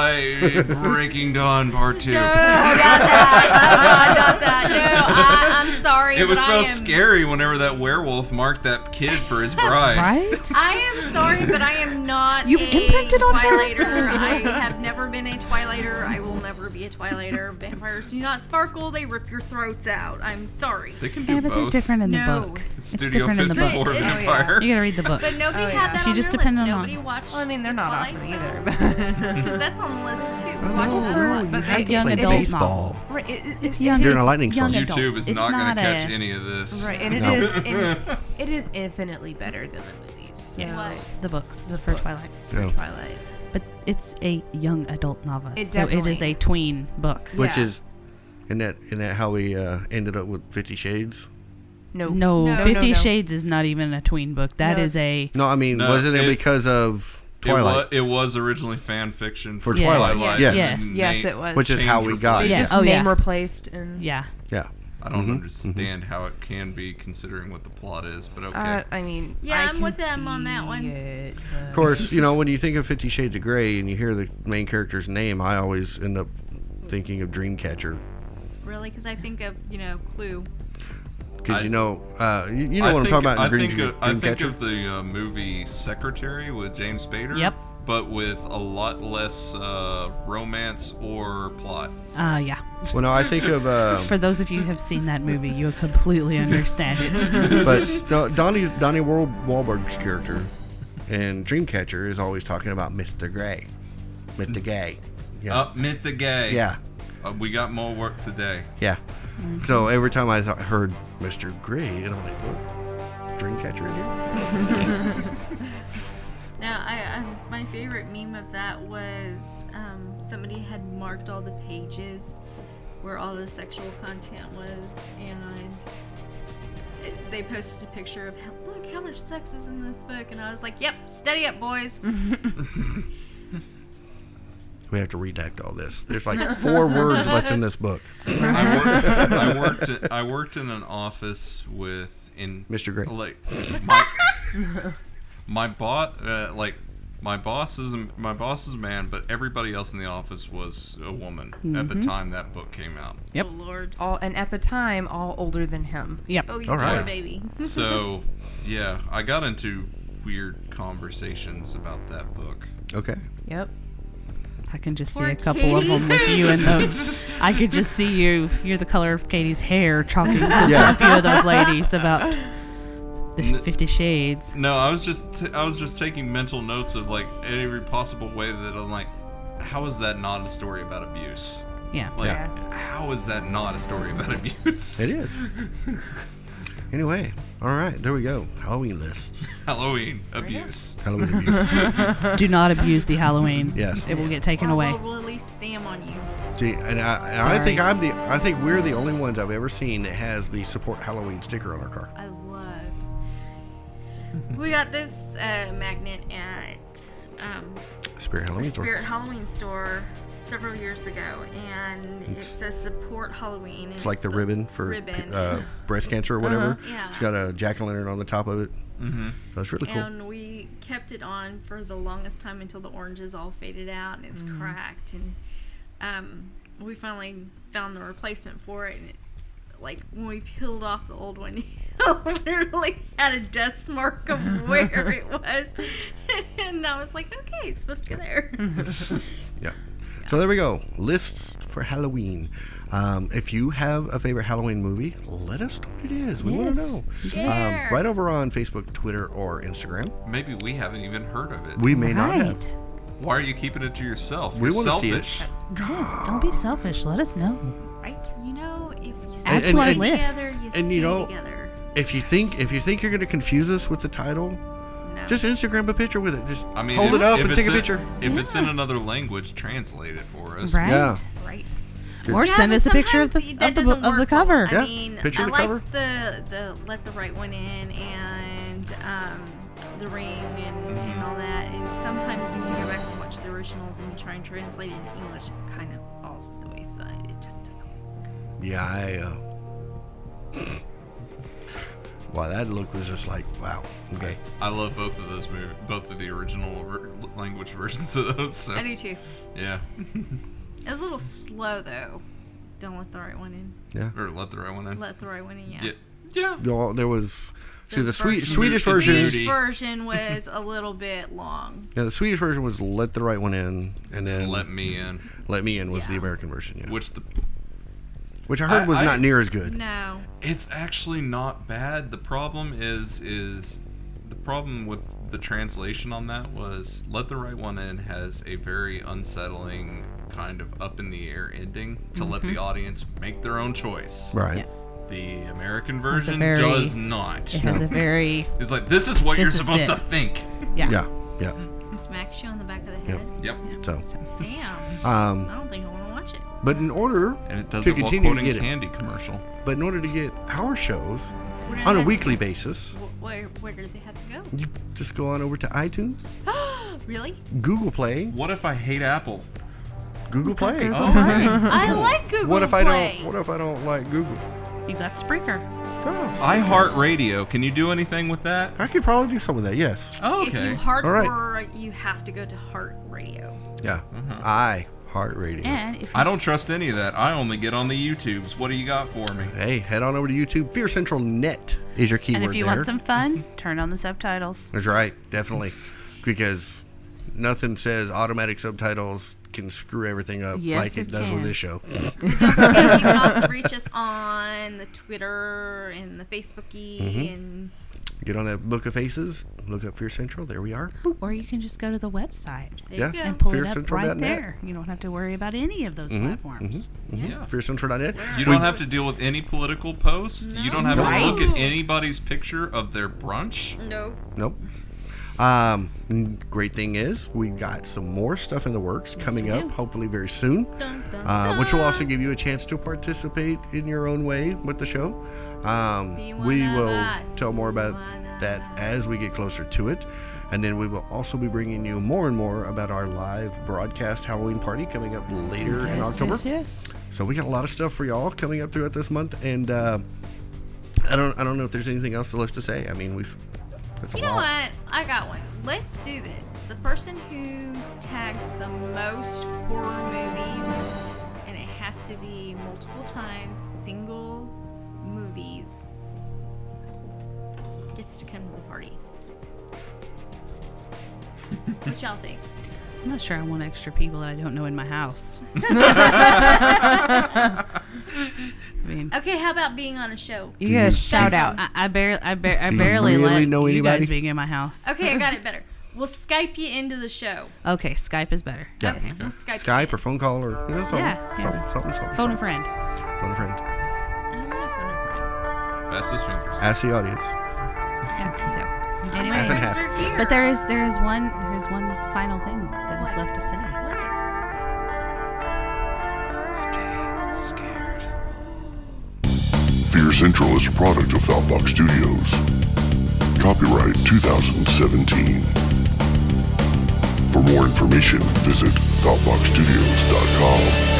Speaker 6: Twilight Breaking Dawn Part Two.
Speaker 5: Oh, I, I'm sorry.
Speaker 6: It was
Speaker 5: but
Speaker 6: so
Speaker 5: I am,
Speaker 6: scary whenever that werewolf marked that kid for his bride.
Speaker 8: Right?
Speaker 5: I am sorry, but I am not
Speaker 8: You
Speaker 5: a
Speaker 8: imprinted on her?
Speaker 5: Twilighter. I have never been a Twilighter. I will never be a Twilighter. Vampires do not sparkle; they rip your throats out. I'm sorry.
Speaker 6: They can do
Speaker 8: Yeah, but they're
Speaker 6: both.
Speaker 8: different in the
Speaker 5: No.
Speaker 8: book. It's
Speaker 6: Studio
Speaker 8: different in the book.
Speaker 6: 54
Speaker 5: But-
Speaker 6: Vampire.
Speaker 8: You gotta read the books.
Speaker 5: But nobody
Speaker 7: Oh,
Speaker 5: had
Speaker 7: yeah.
Speaker 5: that
Speaker 8: She
Speaker 5: on
Speaker 8: just
Speaker 5: their
Speaker 8: depended
Speaker 5: list.
Speaker 8: on-
Speaker 5: Nobody watched.
Speaker 7: Well, I mean, they're not
Speaker 5: Twilight
Speaker 7: awesome
Speaker 5: Zone,
Speaker 7: either.
Speaker 5: Because that's on the list too.
Speaker 3: Oh,
Speaker 5: Watch that.
Speaker 3: no,
Speaker 7: But
Speaker 3: you
Speaker 7: they-
Speaker 3: have to
Speaker 8: young
Speaker 3: play
Speaker 8: adult
Speaker 3: baseball.
Speaker 8: novel.
Speaker 7: Right. It, it, it-
Speaker 8: It's young.
Speaker 7: it
Speaker 3: During
Speaker 7: is-
Speaker 3: a lightning
Speaker 8: young
Speaker 3: storm.
Speaker 8: adult.
Speaker 6: YouTube is
Speaker 8: It's
Speaker 6: not, going to
Speaker 8: a-
Speaker 6: catch any of this.
Speaker 7: Right. And it
Speaker 3: No.
Speaker 7: is. in- it is infinitely better than the movies. So
Speaker 8: Yes, the books for Twilight.
Speaker 3: Yeah.
Speaker 7: Twilight.
Speaker 8: But it's a young adult novel,
Speaker 7: It
Speaker 8: so it is
Speaker 7: definitely
Speaker 8: a
Speaker 7: is.
Speaker 8: tween book.
Speaker 3: Which
Speaker 7: Yeah.
Speaker 3: is, isn't that isn't that how we uh, ended up with Fifty Shades?
Speaker 7: No.
Speaker 8: No,
Speaker 7: No,
Speaker 8: Fifty
Speaker 7: no.
Speaker 8: Shades is not even a tween book. That
Speaker 7: No.
Speaker 8: is a
Speaker 3: No, I mean,
Speaker 6: No,
Speaker 3: wasn't it,
Speaker 6: it-
Speaker 3: because of
Speaker 6: It, wa-
Speaker 3: Twilight?
Speaker 6: it was originally fan fiction
Speaker 3: For
Speaker 6: for
Speaker 8: Yes.
Speaker 3: Twilight,
Speaker 6: Twilight.
Speaker 3: yes.
Speaker 8: Yes.
Speaker 6: and
Speaker 7: Yes,
Speaker 6: they-
Speaker 7: it was.
Speaker 3: Which is how we got.
Speaker 6: Change
Speaker 8: Yeah.
Speaker 7: yeah.
Speaker 8: Oh,
Speaker 7: name
Speaker 8: yeah.
Speaker 7: replaced and.
Speaker 8: yeah.
Speaker 3: Yeah.
Speaker 6: I don't
Speaker 3: Mm-hmm.
Speaker 6: understand how it can be considering what the plot is, but okay.
Speaker 7: Uh, I mean,
Speaker 5: Yeah,
Speaker 7: I
Speaker 5: I'm
Speaker 7: can
Speaker 5: with them on that
Speaker 7: see
Speaker 5: one.
Speaker 7: it,
Speaker 3: Of
Speaker 7: but-
Speaker 3: course, you know when you think of Fifty Shades of Grey and you hear the main character's name, I always end up thinking of Dreamcatcher
Speaker 5: Really? Because I think of you know Clue.
Speaker 3: because
Speaker 6: I-
Speaker 3: you know uh, you, you know
Speaker 6: I
Speaker 3: what I'm
Speaker 6: think-
Speaker 3: talking about.
Speaker 6: I
Speaker 3: in Dream,
Speaker 6: think of, I think
Speaker 3: Dreamcatcher.
Speaker 6: of the uh, movie Secretary with James Spader.
Speaker 8: Yep.
Speaker 6: But with a lot less uh, romance or plot.
Speaker 8: Uh, yeah.
Speaker 3: well, no, I think of. Uh,
Speaker 8: For those of you who have seen that movie, you'll completely understand it.
Speaker 3: but no, Donnie Donnie World Wahlberg's character and Dreamcatcher is always talking about Mr. Grey, Mr. Gay. Yeah.
Speaker 6: Up mid the gay.
Speaker 3: Yeah.
Speaker 6: Uh, we got more work today.
Speaker 3: Yeah. So every time I th- heard Mr. Gray, and I'm like, what? Dreamcatcher in here?
Speaker 5: No, I, I my favorite meme of that was um, somebody had marked all the pages where all the sexual content was, and it, they posted a picture of "How- look how much sex is in this book, and I was like, "Yep, steady up, boys."
Speaker 3: We have to redact all this. There's like four words left in this book.
Speaker 6: I worked, I worked. in- I worked in an office with in
Speaker 3: Mr. Gray.
Speaker 6: Like my, my boss, uh, like my boss is a- my boss is a man, but everybody else in the office was a woman at
Speaker 3: Mm-hmm.
Speaker 6: the time that book came out.
Speaker 8: Yep.
Speaker 5: Oh Lord.
Speaker 7: all and at the time all older than him.
Speaker 8: Yep.
Speaker 5: Oh, you
Speaker 3: All right.
Speaker 5: poor baby.
Speaker 6: So, yeah, I got into weird conversations about that book.
Speaker 3: Okay.
Speaker 7: Yep.
Speaker 8: I can just see
Speaker 5: Poor
Speaker 8: a couple of 'em of them with you in those. I could just see you. You're the color of Katie's hair talking to
Speaker 3: Yeah.
Speaker 8: a few of those ladies about the
Speaker 6: N-
Speaker 8: Fifty Shades.
Speaker 6: No, I was just t- I was just taking mental notes of like every possible way that I'm like, how is that not a story about abuse?
Speaker 8: Yeah.
Speaker 6: Like,
Speaker 7: Yeah.
Speaker 6: how is that not a story about abuse?
Speaker 3: It is. Anyway, all right, there we go. Halloween lists.
Speaker 6: Halloween abuse.
Speaker 3: Halloween abuse.
Speaker 8: Do not abuse the Halloween.
Speaker 3: Yes.
Speaker 8: It will get taken
Speaker 5: Or
Speaker 8: away.
Speaker 5: We'll release Sam on you.
Speaker 3: See, and I, and I think I'm the I think we're the only ones I've ever seen that has the support Halloween sticker on our car.
Speaker 5: I love. We got this uh, magnet at um,
Speaker 3: Spirit Halloween store.
Speaker 5: Spirit Halloween store several years ago, and
Speaker 3: It's-
Speaker 5: it says support Halloween. and
Speaker 3: It's like the ribbon for
Speaker 5: ribbon. Uh-huh,
Speaker 3: Uh, breast cancer or whatever.
Speaker 5: Yeah.
Speaker 3: It's got a jack o' lantern on the top of it.
Speaker 6: Mm-hmm.
Speaker 3: So it's really cool.
Speaker 5: And we kept it on for the longest time until the oranges all faded out and it's
Speaker 3: Mm-hmm.
Speaker 5: cracked. And um, we finally found the replacement for it. And it's like when we peeled off the old one, it literally had a dust mark of where it was. and I was like, okay, it's supposed to go
Speaker 3: Mm-hmm.
Speaker 5: there.
Speaker 3: Um, Yeah. So there we go. Lists for Halloween. Um, if you have a favorite Halloween movie, let us know what it is. We want to
Speaker 8: Yes.
Speaker 3: know. Um, right over on Facebook, Twitter, or Instagram.
Speaker 6: Maybe we haven't even heard of it.
Speaker 3: We may not have.
Speaker 8: Right.
Speaker 6: Why are you keeping it to yourself?
Speaker 3: We
Speaker 6: You're
Speaker 3: wanna see it.
Speaker 6: selfish.
Speaker 8: Yes, don't be selfish. Let us know.
Speaker 7: Right?
Speaker 5: You know, if you
Speaker 8: Add
Speaker 5: stay
Speaker 8: to our
Speaker 3: and-
Speaker 8: list.
Speaker 5: together, you
Speaker 3: And
Speaker 5: stay
Speaker 3: you know-
Speaker 5: together.
Speaker 3: If you think if you think you're going to confuse us with the title,
Speaker 5: No.
Speaker 3: just Instagram a picture with it. Just
Speaker 6: I mean,
Speaker 3: hold
Speaker 6: if-
Speaker 3: it up
Speaker 6: if
Speaker 3: and
Speaker 6: it's
Speaker 3: take a
Speaker 6: in-
Speaker 3: picture.
Speaker 6: If it's in another language, translate it for us.
Speaker 8: Right.
Speaker 3: Yeah.
Speaker 7: Right.
Speaker 8: Or
Speaker 5: Yeah,
Speaker 8: send
Speaker 5: but
Speaker 8: us a picture of the
Speaker 5: sometimes
Speaker 8: of
Speaker 5: that
Speaker 8: the,
Speaker 5: doesn't
Speaker 8: bo- of the
Speaker 5: work.
Speaker 8: cover.
Speaker 5: I
Speaker 3: Yeah,
Speaker 5: mean,
Speaker 3: picture
Speaker 5: I
Speaker 3: of the cover.
Speaker 5: liked the the let the right one in and um, the ring and, and all that. And sometimes when you go back and watch the originals and you try and translate it in English, it kind of falls to the wayside. It just doesn't.
Speaker 3: Yeah, I. Uh, wow, that look was just like wow. Okay.
Speaker 6: I love both of those movies, both of the original ver- language versions of those. So,
Speaker 5: I do too.
Speaker 6: yeah,
Speaker 5: It was a little slow though. Don't let the right one in.
Speaker 3: Yeah.
Speaker 6: or let the right one in.
Speaker 5: Let the right one in. Yeah.
Speaker 6: yeah, yeah.
Speaker 3: No, there was. See
Speaker 5: The
Speaker 3: the sweet,
Speaker 5: first-
Speaker 3: Swedish
Speaker 6: It's
Speaker 3: version.
Speaker 6: Moody.
Speaker 5: Swedish version was a little bit long.
Speaker 3: Yeah, the Swedish version was "Let the Right One In," and then
Speaker 6: Let me in.
Speaker 3: "Let Me In" was the
Speaker 5: Yeah.
Speaker 3: American version, yeah. which,
Speaker 6: Which the
Speaker 3: I heard
Speaker 6: I-
Speaker 3: was
Speaker 6: I-
Speaker 3: not near as good.
Speaker 5: No.
Speaker 6: it's actually not bad. The problem is is the problem with the translation on that was "Let the Right One In" has a very unsettling kind of up in the air ending to let
Speaker 8: Mm-hmm.
Speaker 6: the audience make their own choice.
Speaker 3: Right.
Speaker 6: The American version
Speaker 8: very-
Speaker 6: does not.
Speaker 8: It has a very
Speaker 6: It's like this is what
Speaker 8: This
Speaker 6: you're
Speaker 8: is
Speaker 6: supposed
Speaker 8: it.
Speaker 6: to think.
Speaker 8: yeah.
Speaker 3: Yeah. Yeah.
Speaker 5: Smacks you on the back of the
Speaker 3: Yep.
Speaker 5: head.
Speaker 6: Yep.
Speaker 3: So,
Speaker 5: Damn.
Speaker 3: um,
Speaker 5: I don't think I want to watch it.
Speaker 3: but in order
Speaker 6: And it does
Speaker 3: to
Speaker 6: it while
Speaker 3: continue to
Speaker 6: quoting
Speaker 3: get it,
Speaker 6: candy commercial.
Speaker 3: but in order to get our shows
Speaker 5: Where did
Speaker 3: on a
Speaker 5: that-
Speaker 3: weekly basis,
Speaker 5: Wh- Where, where do they have to
Speaker 3: you just go on over to iTunes,
Speaker 5: go?
Speaker 3: Hmm.
Speaker 5: really?
Speaker 3: Google Play,
Speaker 6: What if I hate Apple?
Speaker 3: Google Play.
Speaker 6: Oh, okay.
Speaker 5: I like Google
Speaker 3: Hmm, What if
Speaker 5: Play.
Speaker 3: I don't? What if I don't like Google?
Speaker 8: You got Spreaker.
Speaker 3: Oh, so
Speaker 6: iHeartRadio. Can you do anything with that?
Speaker 3: I could probably do some of that. Yes.
Speaker 6: Oh,
Speaker 5: If you
Speaker 6: okay.
Speaker 5: heart
Speaker 3: All right.
Speaker 5: roar, you have to go to Heart Radio.
Speaker 3: Yeah.
Speaker 6: Mm-hmm.
Speaker 3: I Heart Radio.
Speaker 8: And if you
Speaker 6: I don't trust any of that. I only get on the YouTubes. What do you got for me?
Speaker 3: Hey, head on over to YouTube. Fear Central Net is your keyword
Speaker 8: and if you
Speaker 3: there.
Speaker 8: want some fun, turn on the subtitles.
Speaker 3: That's right, definitely, because nothing says automatic subtitles can screw everything up
Speaker 8: Yes,
Speaker 3: like it,
Speaker 8: it
Speaker 3: does with
Speaker 8: can.
Speaker 3: this show.
Speaker 5: And you can also reach us on the Twitter and the Facebooky
Speaker 3: Mm-hmm.
Speaker 5: and
Speaker 3: Get on that book of faces, look up Fear Central. There we are.
Speaker 8: Or you can just go to the website
Speaker 5: there you
Speaker 3: Yeah.
Speaker 5: go.
Speaker 8: and pull it up
Speaker 3: FearCentral.net.
Speaker 8: right there. You don't have to worry about any of
Speaker 3: Mm-hmm,
Speaker 8: those platforms.
Speaker 6: Yeah.
Speaker 3: FearCentral.net.
Speaker 6: You don't have to deal with any political posts. You don't have
Speaker 8: Right.
Speaker 6: to look at anybody's picture of their brunch.
Speaker 5: No.
Speaker 3: Nope. Um, n- great thing is we got some more stuff in the works coming
Speaker 8: we
Speaker 3: up,
Speaker 8: do.
Speaker 3: hopefully very soon, uh, which will also give you a chance to participate in your own way with the show. Um,
Speaker 5: Be one
Speaker 3: we
Speaker 5: of
Speaker 3: will
Speaker 5: us.
Speaker 3: tell more about
Speaker 5: One of
Speaker 3: that as we get closer to it, and then we will also be bringing you more and more about our live broadcast Halloween party coming up later in October.
Speaker 8: Yes.
Speaker 3: So we got a lot of stuff for y'all coming up throughout this month, and uh, I don't I don't know if there's anything else left to say. I mean we've that's a
Speaker 5: You know
Speaker 3: lot.
Speaker 5: what? I got one. Let's do this. The person who tags the most horror movies, and it has to be multiple times, single movies, gets to come to the party. what y'all think?
Speaker 8: I'm not sure I want extra people that I don't know in my house. I mean,
Speaker 5: Okay, how about being on a show?
Speaker 7: You got a shout out.
Speaker 8: I, I barely, I, bar- I
Speaker 3: you
Speaker 8: barely
Speaker 3: really
Speaker 8: let
Speaker 3: know
Speaker 8: you guys
Speaker 3: anybody?
Speaker 8: being in my house.
Speaker 5: Okay, I got it better. We'll Skype you into the show.
Speaker 8: Okay, Skype is better.
Speaker 3: Yeah.
Speaker 5: Okay, we'll Skype.
Speaker 3: Skype or phone call or you know, something,
Speaker 8: Yeah, yeah.
Speaker 3: something, something, something,
Speaker 8: Phone
Speaker 3: something.
Speaker 8: a friend.
Speaker 3: Phone a friend.
Speaker 6: Fastest fingers.
Speaker 3: Ask the audience.
Speaker 8: Yeah, so anyway,
Speaker 3: Half and half.
Speaker 8: but there is there is one there is one final thing that is left to say.
Speaker 6: Stay scared.
Speaker 2: Fear Central is a product of Thoughtbox Studios. Copyright 2017. For more information, visit thoughtboxstudios.com.